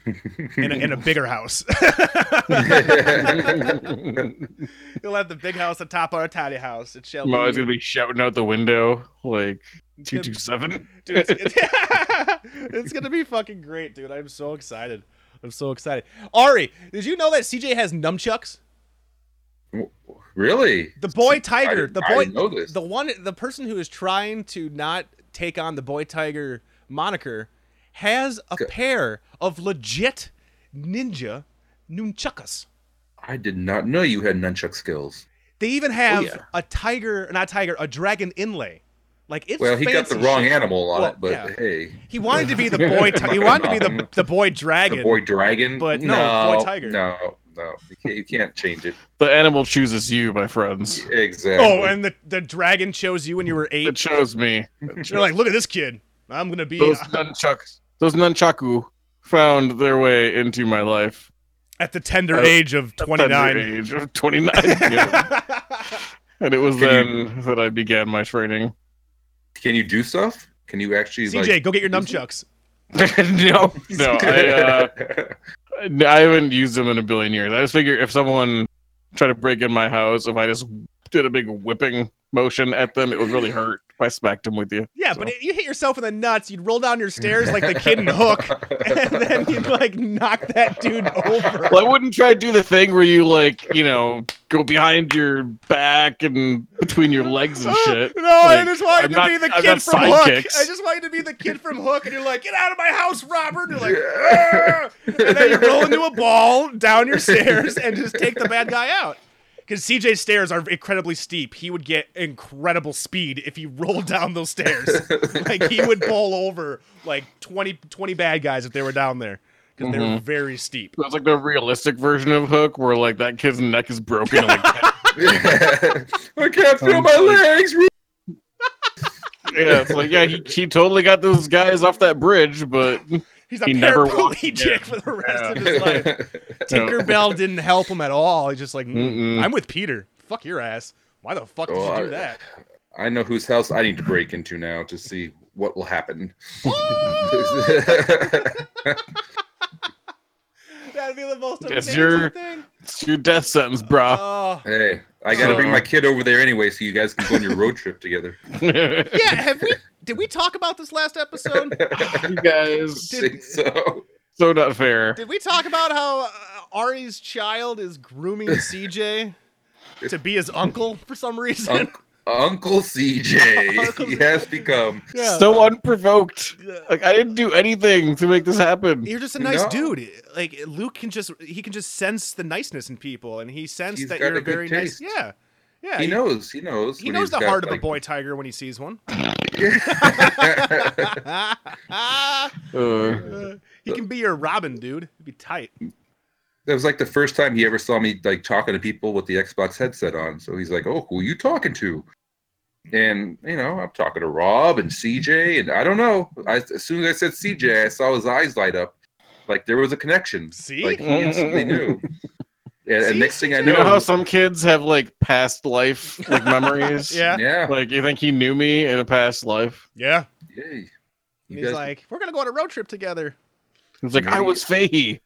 in a, in a bigger house. He'll have the big house atop our tiny house. It shall. Ma is be. gonna be shouting out the window like two gonna- two seven. dude. It's, it's, it's gonna be fucking great, dude. I'm so excited. I'm so excited. Ari, did you know that CJ has nunchucks? really? The boy I tiger, didn't- the I boy, didn't know this. the one, the person who is trying to not take on the boy tiger moniker, has a pair of legit ninja nunchuckas. I did not know you had nunchuck skills. They even have Oh, yeah. a tiger, not tiger, a dragon inlay. Like it's Well, he got fancy the wrong shit. animal on Well, it, but yeah. hey, He wanted to be the boy. Ti- he wanted to be the the boy dragon. the boy dragon. But no, boy tiger. No, no, you can't, you can't change it. The animal chooses you, my friends. Exactly. Oh, and the, the dragon chose you when you were It eight. chose me. You're like, look at this kid. I'm gonna be uh, Those nunchucks. Those nunchaku found their way into my life. at the tender Uh, age of At 29. the age of twenty nine. yeah. And it was Can then that I began my training. can you do stuff? Can you actually CJ, like? go get your nunchucks. no, no, I, uh, no, I haven't used them in a billion years. I just figure if someone tried to break in my house, if I just did a big whipping motion at them, it would really hurt. If I smacked them with you. Yeah, So- but you hit yourself in the nuts. You'd roll down your stairs like the kid in Hook, and then you'd like knock that dude over. Well, I wouldn't try to do the thing where you like, you know, go behind your back and between your legs and shit. Uh, No, I Like, just want you I'm to not- be the I'm kid not from Hook. sidekicks. I just want you to be the kid from Hook, and you're like, get out of my house, Robert. And you're like, "Arr!" and then you roll into a ball down your stairs and just take the bad guy out. Because CJ's stairs are incredibly steep. He would get incredible speed if he rolled down those stairs. like, he would bowl over like 20, 20 bad guys if they were down there. Because they Mm-hmm. were very steep. That's like the realistic version of Hook, where like that kid's neck is broken. And, like, I can't feel my legs. Um, yeah, it's like yeah, he, he totally got those guys off that bridge, but He's a He never walked again. paraplegic for the rest of his life. Tinkerbell didn't help him at all. He's just like, Mm-mm. I'm with Peter. Fuck your ass. Why the fuck did Oh, you do I- that? I know whose house I need to break into now to see what will happen. That'd be the most Yes, amazing you're- thing. it's your death sentence, Uh. brah. Oh. hey, I got to bring my kid over there anyway, so you guys can go on your road trip together. Yeah, have we? Did we talk about this last episode? you guys, Did- think so. so not fair. Did we talk about how uh, Ari's child is grooming CJ to be his uncle for some reason? Unc- Uncle CJ, Uncle he CJ. has become. Yeah. So unprovoked. Like I didn't do anything to make this happen. You're just a nice No. dude. Like Luke can just he can just sense the niceness in people, and he sensed He's that got you're a a good very taste. nice. Yeah, yeah. He knows. He knows. He when knows he's the got, heart of a like- boy tiger when he sees one. Uh, he can be your Robin, dude. It'd be tight. That was like the first time he ever saw me like talking to people with the Xbox headset on. So he's like, "Oh, who are you talking to?" And you know, I'm talking to Rob and CJ, and I don't know. I, as soon as I said CJ, I saw his eyes light up, like there was a connection. See? like he instantly knew. And, and See, next thing I CJ? you know, know how some kids have like past life like memories. Yeah. yeah, Like you think he knew me in a past life? Yeah. yay. You he's guys- like, we're gonna go on a road trip together. It's like I was Fahey.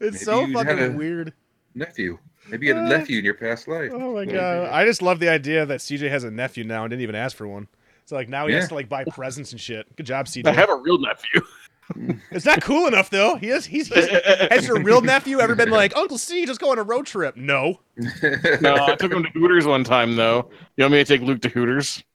it's so Maybe you fucking had a- weird. nephew. Maybe you had a nephew in your past life. "Uh, Oh my god. I just love the idea that CJ has a nephew now and didn't even ask for one. So like now he Yeah. has to like buy presents and shit. Good job, I CJ. have a real nephew. It's not cool enough though. He is. He's. he's has your real nephew ever been like Uncle C? Just go on a road trip? No. No, I took him to Hooters one time though. You want me to take Luke to Hooters?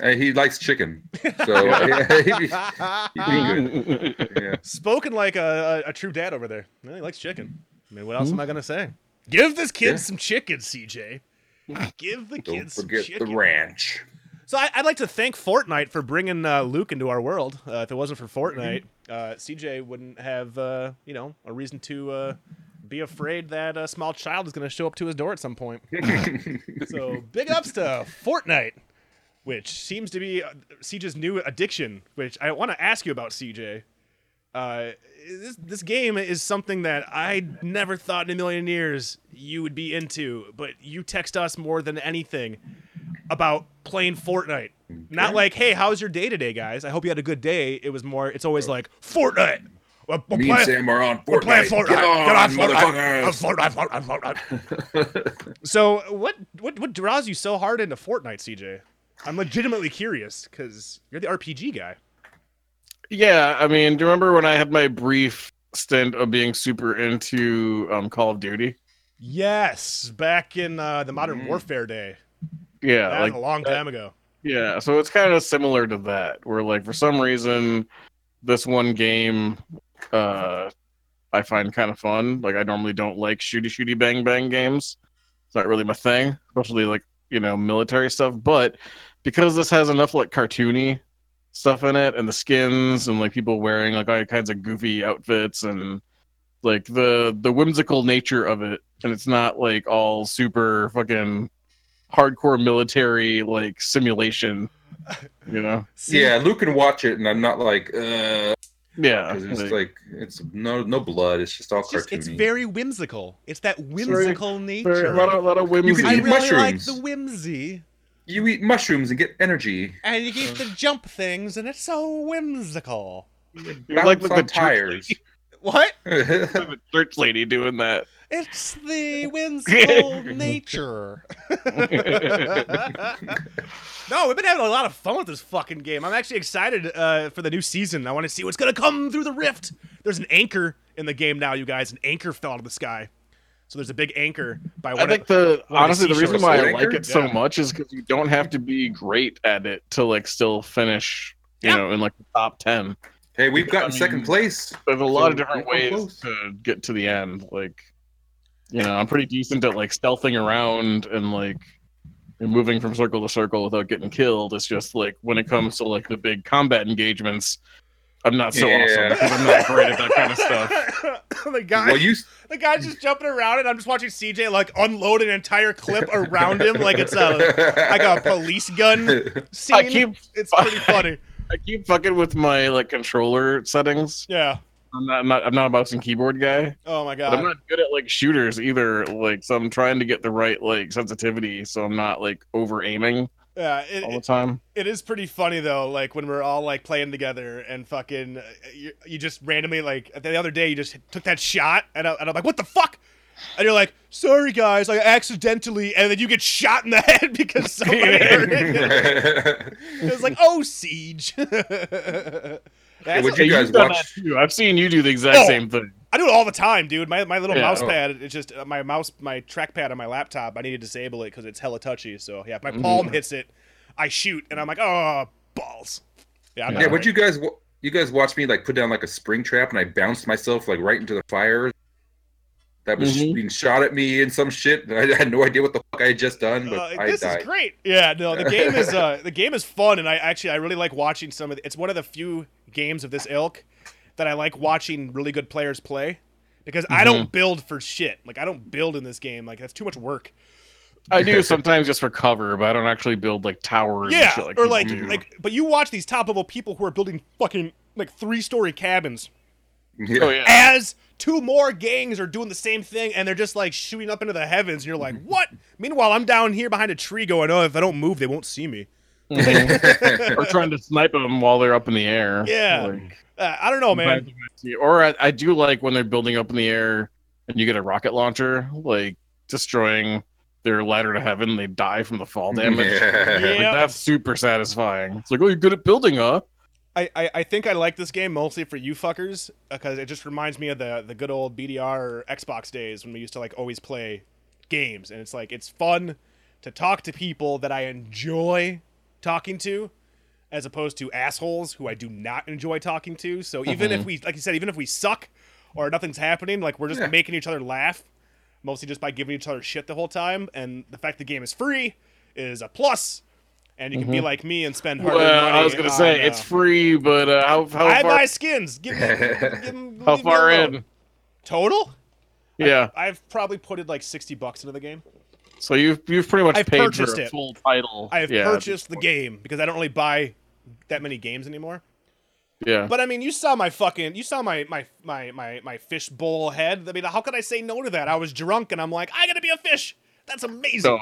Uh, he likes chicken, so yeah, he'd be, he'd be That's good. Yeah. Spoken like a, a, a true dad over there. Well, he likes chicken. I mean, what else am I gonna say? Give this kid Hmm. Yeah. some chicken, CJ. Give the Don't kids some forget chicken. the ranch. So I, I'd like to thank Fortnite for bringing uh, Luke into our world. Uh, if it wasn't for Fortnite, Mm-hmm. uh, CJ wouldn't have uh, you know a reason to uh, be afraid that a small child is going to show up to his door at some point. so big ups to Fortnite, which seems to be uh, CJ's new addiction. Which I want to ask you about, CJ. Uh, this this game is something that I never thought in a million years you would be into, but you text us more than anything about playing Fortnite. Not like, hey, how's your day today, guys? I hope you had a good day. It was more, it's always like, Fortnite! We're, we're Me playing- and Sam are on we're playing Fortnite. Get on, Fortnite. motherfuckers. Fortnite, Fortnite, Fortnite, Fortnite. so, what, what what draws you so hard into Fortnite, CJ? I'm legitimately curious because you're the RPG guy. Yeah, I mean, do you remember when I had my brief stint of being super into um, Call of Duty? Yes, back in uh, the Mm. Modern Warfare day. Yeah, That like was a long time ago. Yeah, so it's kind of similar to that, where like for some reason, this one game, uh, I find kind of fun. Like I normally don't like shooty shooty bang bang games. It's not really my thing, especially like you know military stuff. But because this has enough like cartoony stuff in it, and the skins, and like people wearing like all kinds of goofy outfits, and like the the whimsical nature of it, and it's not like all super fucking hardcore military like simulation. You know? Yeah, Luke can watch it, and I'm not like, uh, Yeah. 'cause it's like- like it's no no blood. It's just all It's, just, cartoony. it's very whimsical. It's that very- whimsical There nature. are a lot of, lot of You whimsy. can I eat really like mushrooms. the whimsy, you eat mushrooms and get energy. and you keep the jump things, and it's so whimsical. You're like, Bounce like on the tires. What? Church, church lady doing that. It's the whimsical nature. no, we've been having a lot of fun with this fucking game. I'm actually excited uh, for the new season. I want to see what's gonna come through the rift. There's an anchor in the game now, you guys. An anchor fell out of the sky, so there's a big anchor by I one. think of- the wanna honestly the see reason shorts. why I Anchor? like it so Yeah. much is because you don't have to be great at it to like still finish, you Yeah. know, in like the top ten. hey, we've gotten I mean- second place. There's a lot of So, different we're so ways close. to get to the end. Like, you know, I'm pretty decent at like stealthing around and like and moving from circle to circle without getting killed. It's just like when it comes to like the big combat engagements, I'm not so awesome Yeah. because I'm not great at that kind of stuff. the guy, Well, you the guy's just jumping around, and I'm just watching CJ like unload an entire clip around him like it's a like a police gun scene. I keep it's pretty funny. I keep fucking with my like controller settings. Yeah. I'm not I'm not, I'm not a mouse and keyboard guy. Oh my But I'm god. not good at like shooters either. Like so I'm trying to get the right like sensitivity so I'm not like over aiming Yeah. It, all the time. It is pretty funny though, like when we're all like playing together and fucking, uh, you, you just randomly like the other day you just took that shot and, I, and I'm like, what the fuck? And you're like, sorry guys, I accidentally, and then you get shot in the head because somebody heard it. It's like, oh siege. That's- would you guys you've done watch- that too. I've seen you do the exact Oh. same thing. I do it all the time, dude. My my little Yeah. mouse pad, it's just uh, my mouse, my trackpad on my laptop. I need to disable it because it's hella touchy. So yeah, if my palm hits it, I shoot, and I'm like, oh balls. Yeah, I'm not Yeah, Yeah, great. would you guys? wa- You guys watch me like put down like a spring trap, and I bounced myself like right into the fire. That was Mm-hmm. Mhm. being shot at me and some shit. and I had no idea what the fuck I had just done, but Uh, I this died. is great. Yeah, no, the game is uh, the game is fun, and I actually I really like watching some of. The, it's one of the few games of this ilk that I like watching really good players play because I don't Mm-hmm. build for shit. Like I don't build in this game. Like that's too much work. I do sometimes just for cover, but I don't actually build like towers and Yeah, shit like or people like do. like, but you watch these top level people who are building fucking like three story cabins oh yeah. as two more gangs are doing the same thing and they're just like shooting up into the heavens and you're like what meanwhile i'm down here behind a tree going oh if i don't move they won't see me Mhm. or trying to snipe them while they're up in the air. Yeah. Like, uh, i don't know man Yeah, Or I, I do like when they're building up in the air and you get a rocket launcher, like destroying their ladder to heaven. They die from the fall damage. Mm-hmm. Yeah. Like, that's super satisfying. It's like, oh, you're good at building, huh? I, I, I think I like this game mostly for you fuckers because it just reminds me of the the good old BDR or Xbox days when we used to like always play games and it's like it's fun to talk to people that I enjoy talking to as opposed to assholes who I do not enjoy talking to. So even if we like you said even if we suck or nothing's happening like we're just Yeah. making each other laugh mostly just by giving each other shit the whole time and the fact the game is free is a plus and you can be like me and spend hard Well, I was money gonna say on, it's uh, free, but uh, how how I far buy skins. Give me, give 'em- how leave me far alone. in? Total? Yeah, I've probably put in like sixty bucks into the game. so you've you've pretty much I've paid for purchased a it. full title. I have yeah, purchased the game because I don't really buy that many games anymore. Yeah, But I mean, you saw my fucking, you saw my my my my my fishbowl head. I mean, how could I say no to that? I was drunk and I'm like, I gotta be a fish. That's amazing. so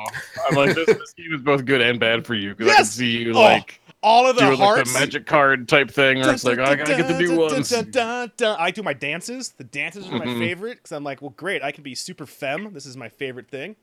I'm like this, this game is both good and bad for you because I can Yes! see you Oh, like All of the doing like the hearts. magic card type thing, where it's like oh, I gotta get the new ones. Dun, dun, dun. I do my dances. The dances are my Mhm. favorite because I'm like, well, great, I can be super femme. This is my favorite thing.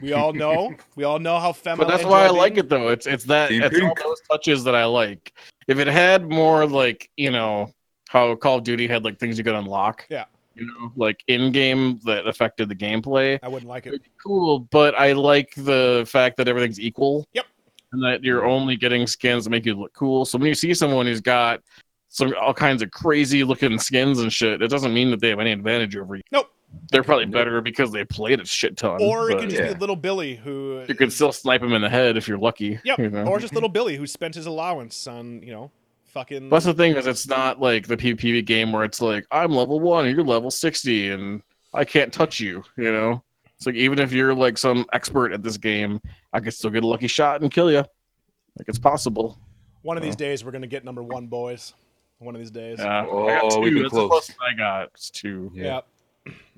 We all know, we all know how femme. But that's why I enjoy like being. it though. It's it's that Team it's all Pink. those touches that I like. If it had more like you know how Call of Duty had like things you could unlock. Yeah. You know, like in game that affected the gameplay. I wouldn't like it. It'd be cool, but I like the fact that everything's equal. Yep. And that you're only getting skins to make you look cool. So when you see someone who's got some all kinds of crazy looking skins and shit, it doesn't mean that they have any advantage over you. Nope. They're probably better because they played a shit ton. Or it but- could just yeah. be little Billy who you could still snipe him in the head if you're lucky. Yep. you know? Or just little Billy who spent his allowance on, you know, fucking But that's the thing is, it's not like the PvP game where it's like I'm level one, and you're level sixty, and I can't touch you. You know, it's like even if you're like some expert at this game, I could still get a lucky shot and kill you. Like it's possible. one of these days we're gonna get number one boys. One of these days. Yeah. Oh, I got two. we've been That's close. the closest I got. It's two. Yep.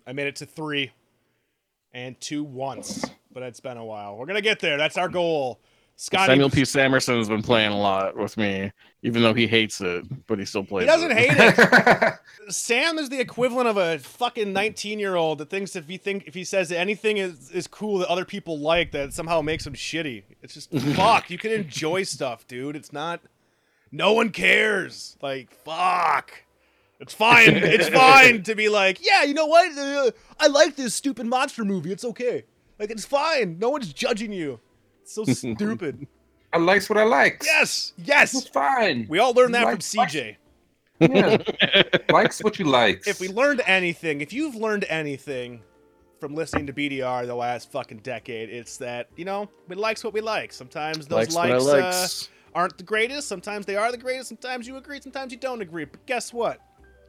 I made it to three and two once, but it's been a while. We're gonna get there. That's our goal. Scotty Samuel P. Samerson's been playing a lot with me, even though he hates it, but he still plays. He doesn't it. hate it. Sam is the equivalent of a fucking 19 year old that thinks if he think if he says that anything is, is cool that other people like that somehow makes him shitty. It's just fuck. You can enjoy stuff, dude. It's not. No one cares. Like fuck. It's fine. It's fine to be like, yeah, you know what? Uh, I like this stupid monster movie. It's okay. Like it's fine. No one's judging you. It's so stupid. I likes what I likes. yes. It's Yes. fine. We all learned that Like- from CJ. yeah. likes what you likes. if we learned anything, if you've learned anything from listening to BDR the last fucking decade, it's that you know we likes what we like. Sometimes those Likes what I likes, uh, likes. aren't the greatest. Sometimes they are the greatest. Sometimes you agree. Sometimes you don't agree. But guess what?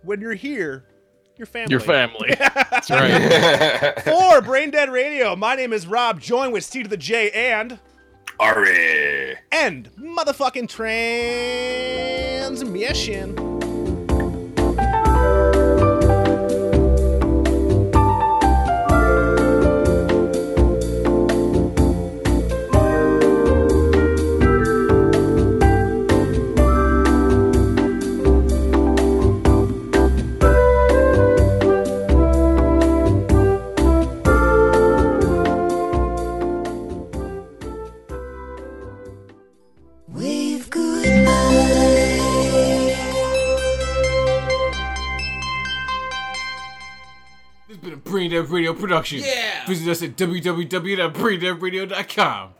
When you're here, your family. Your family. That's right. For Brain Dead Radio, my name is Rob. Join with C to the J and Ari. end motherfucking transmission. Wave goodbye. This has been a Brain Dead Radio production. Yeah. Visit us at www.braindeadradio.com.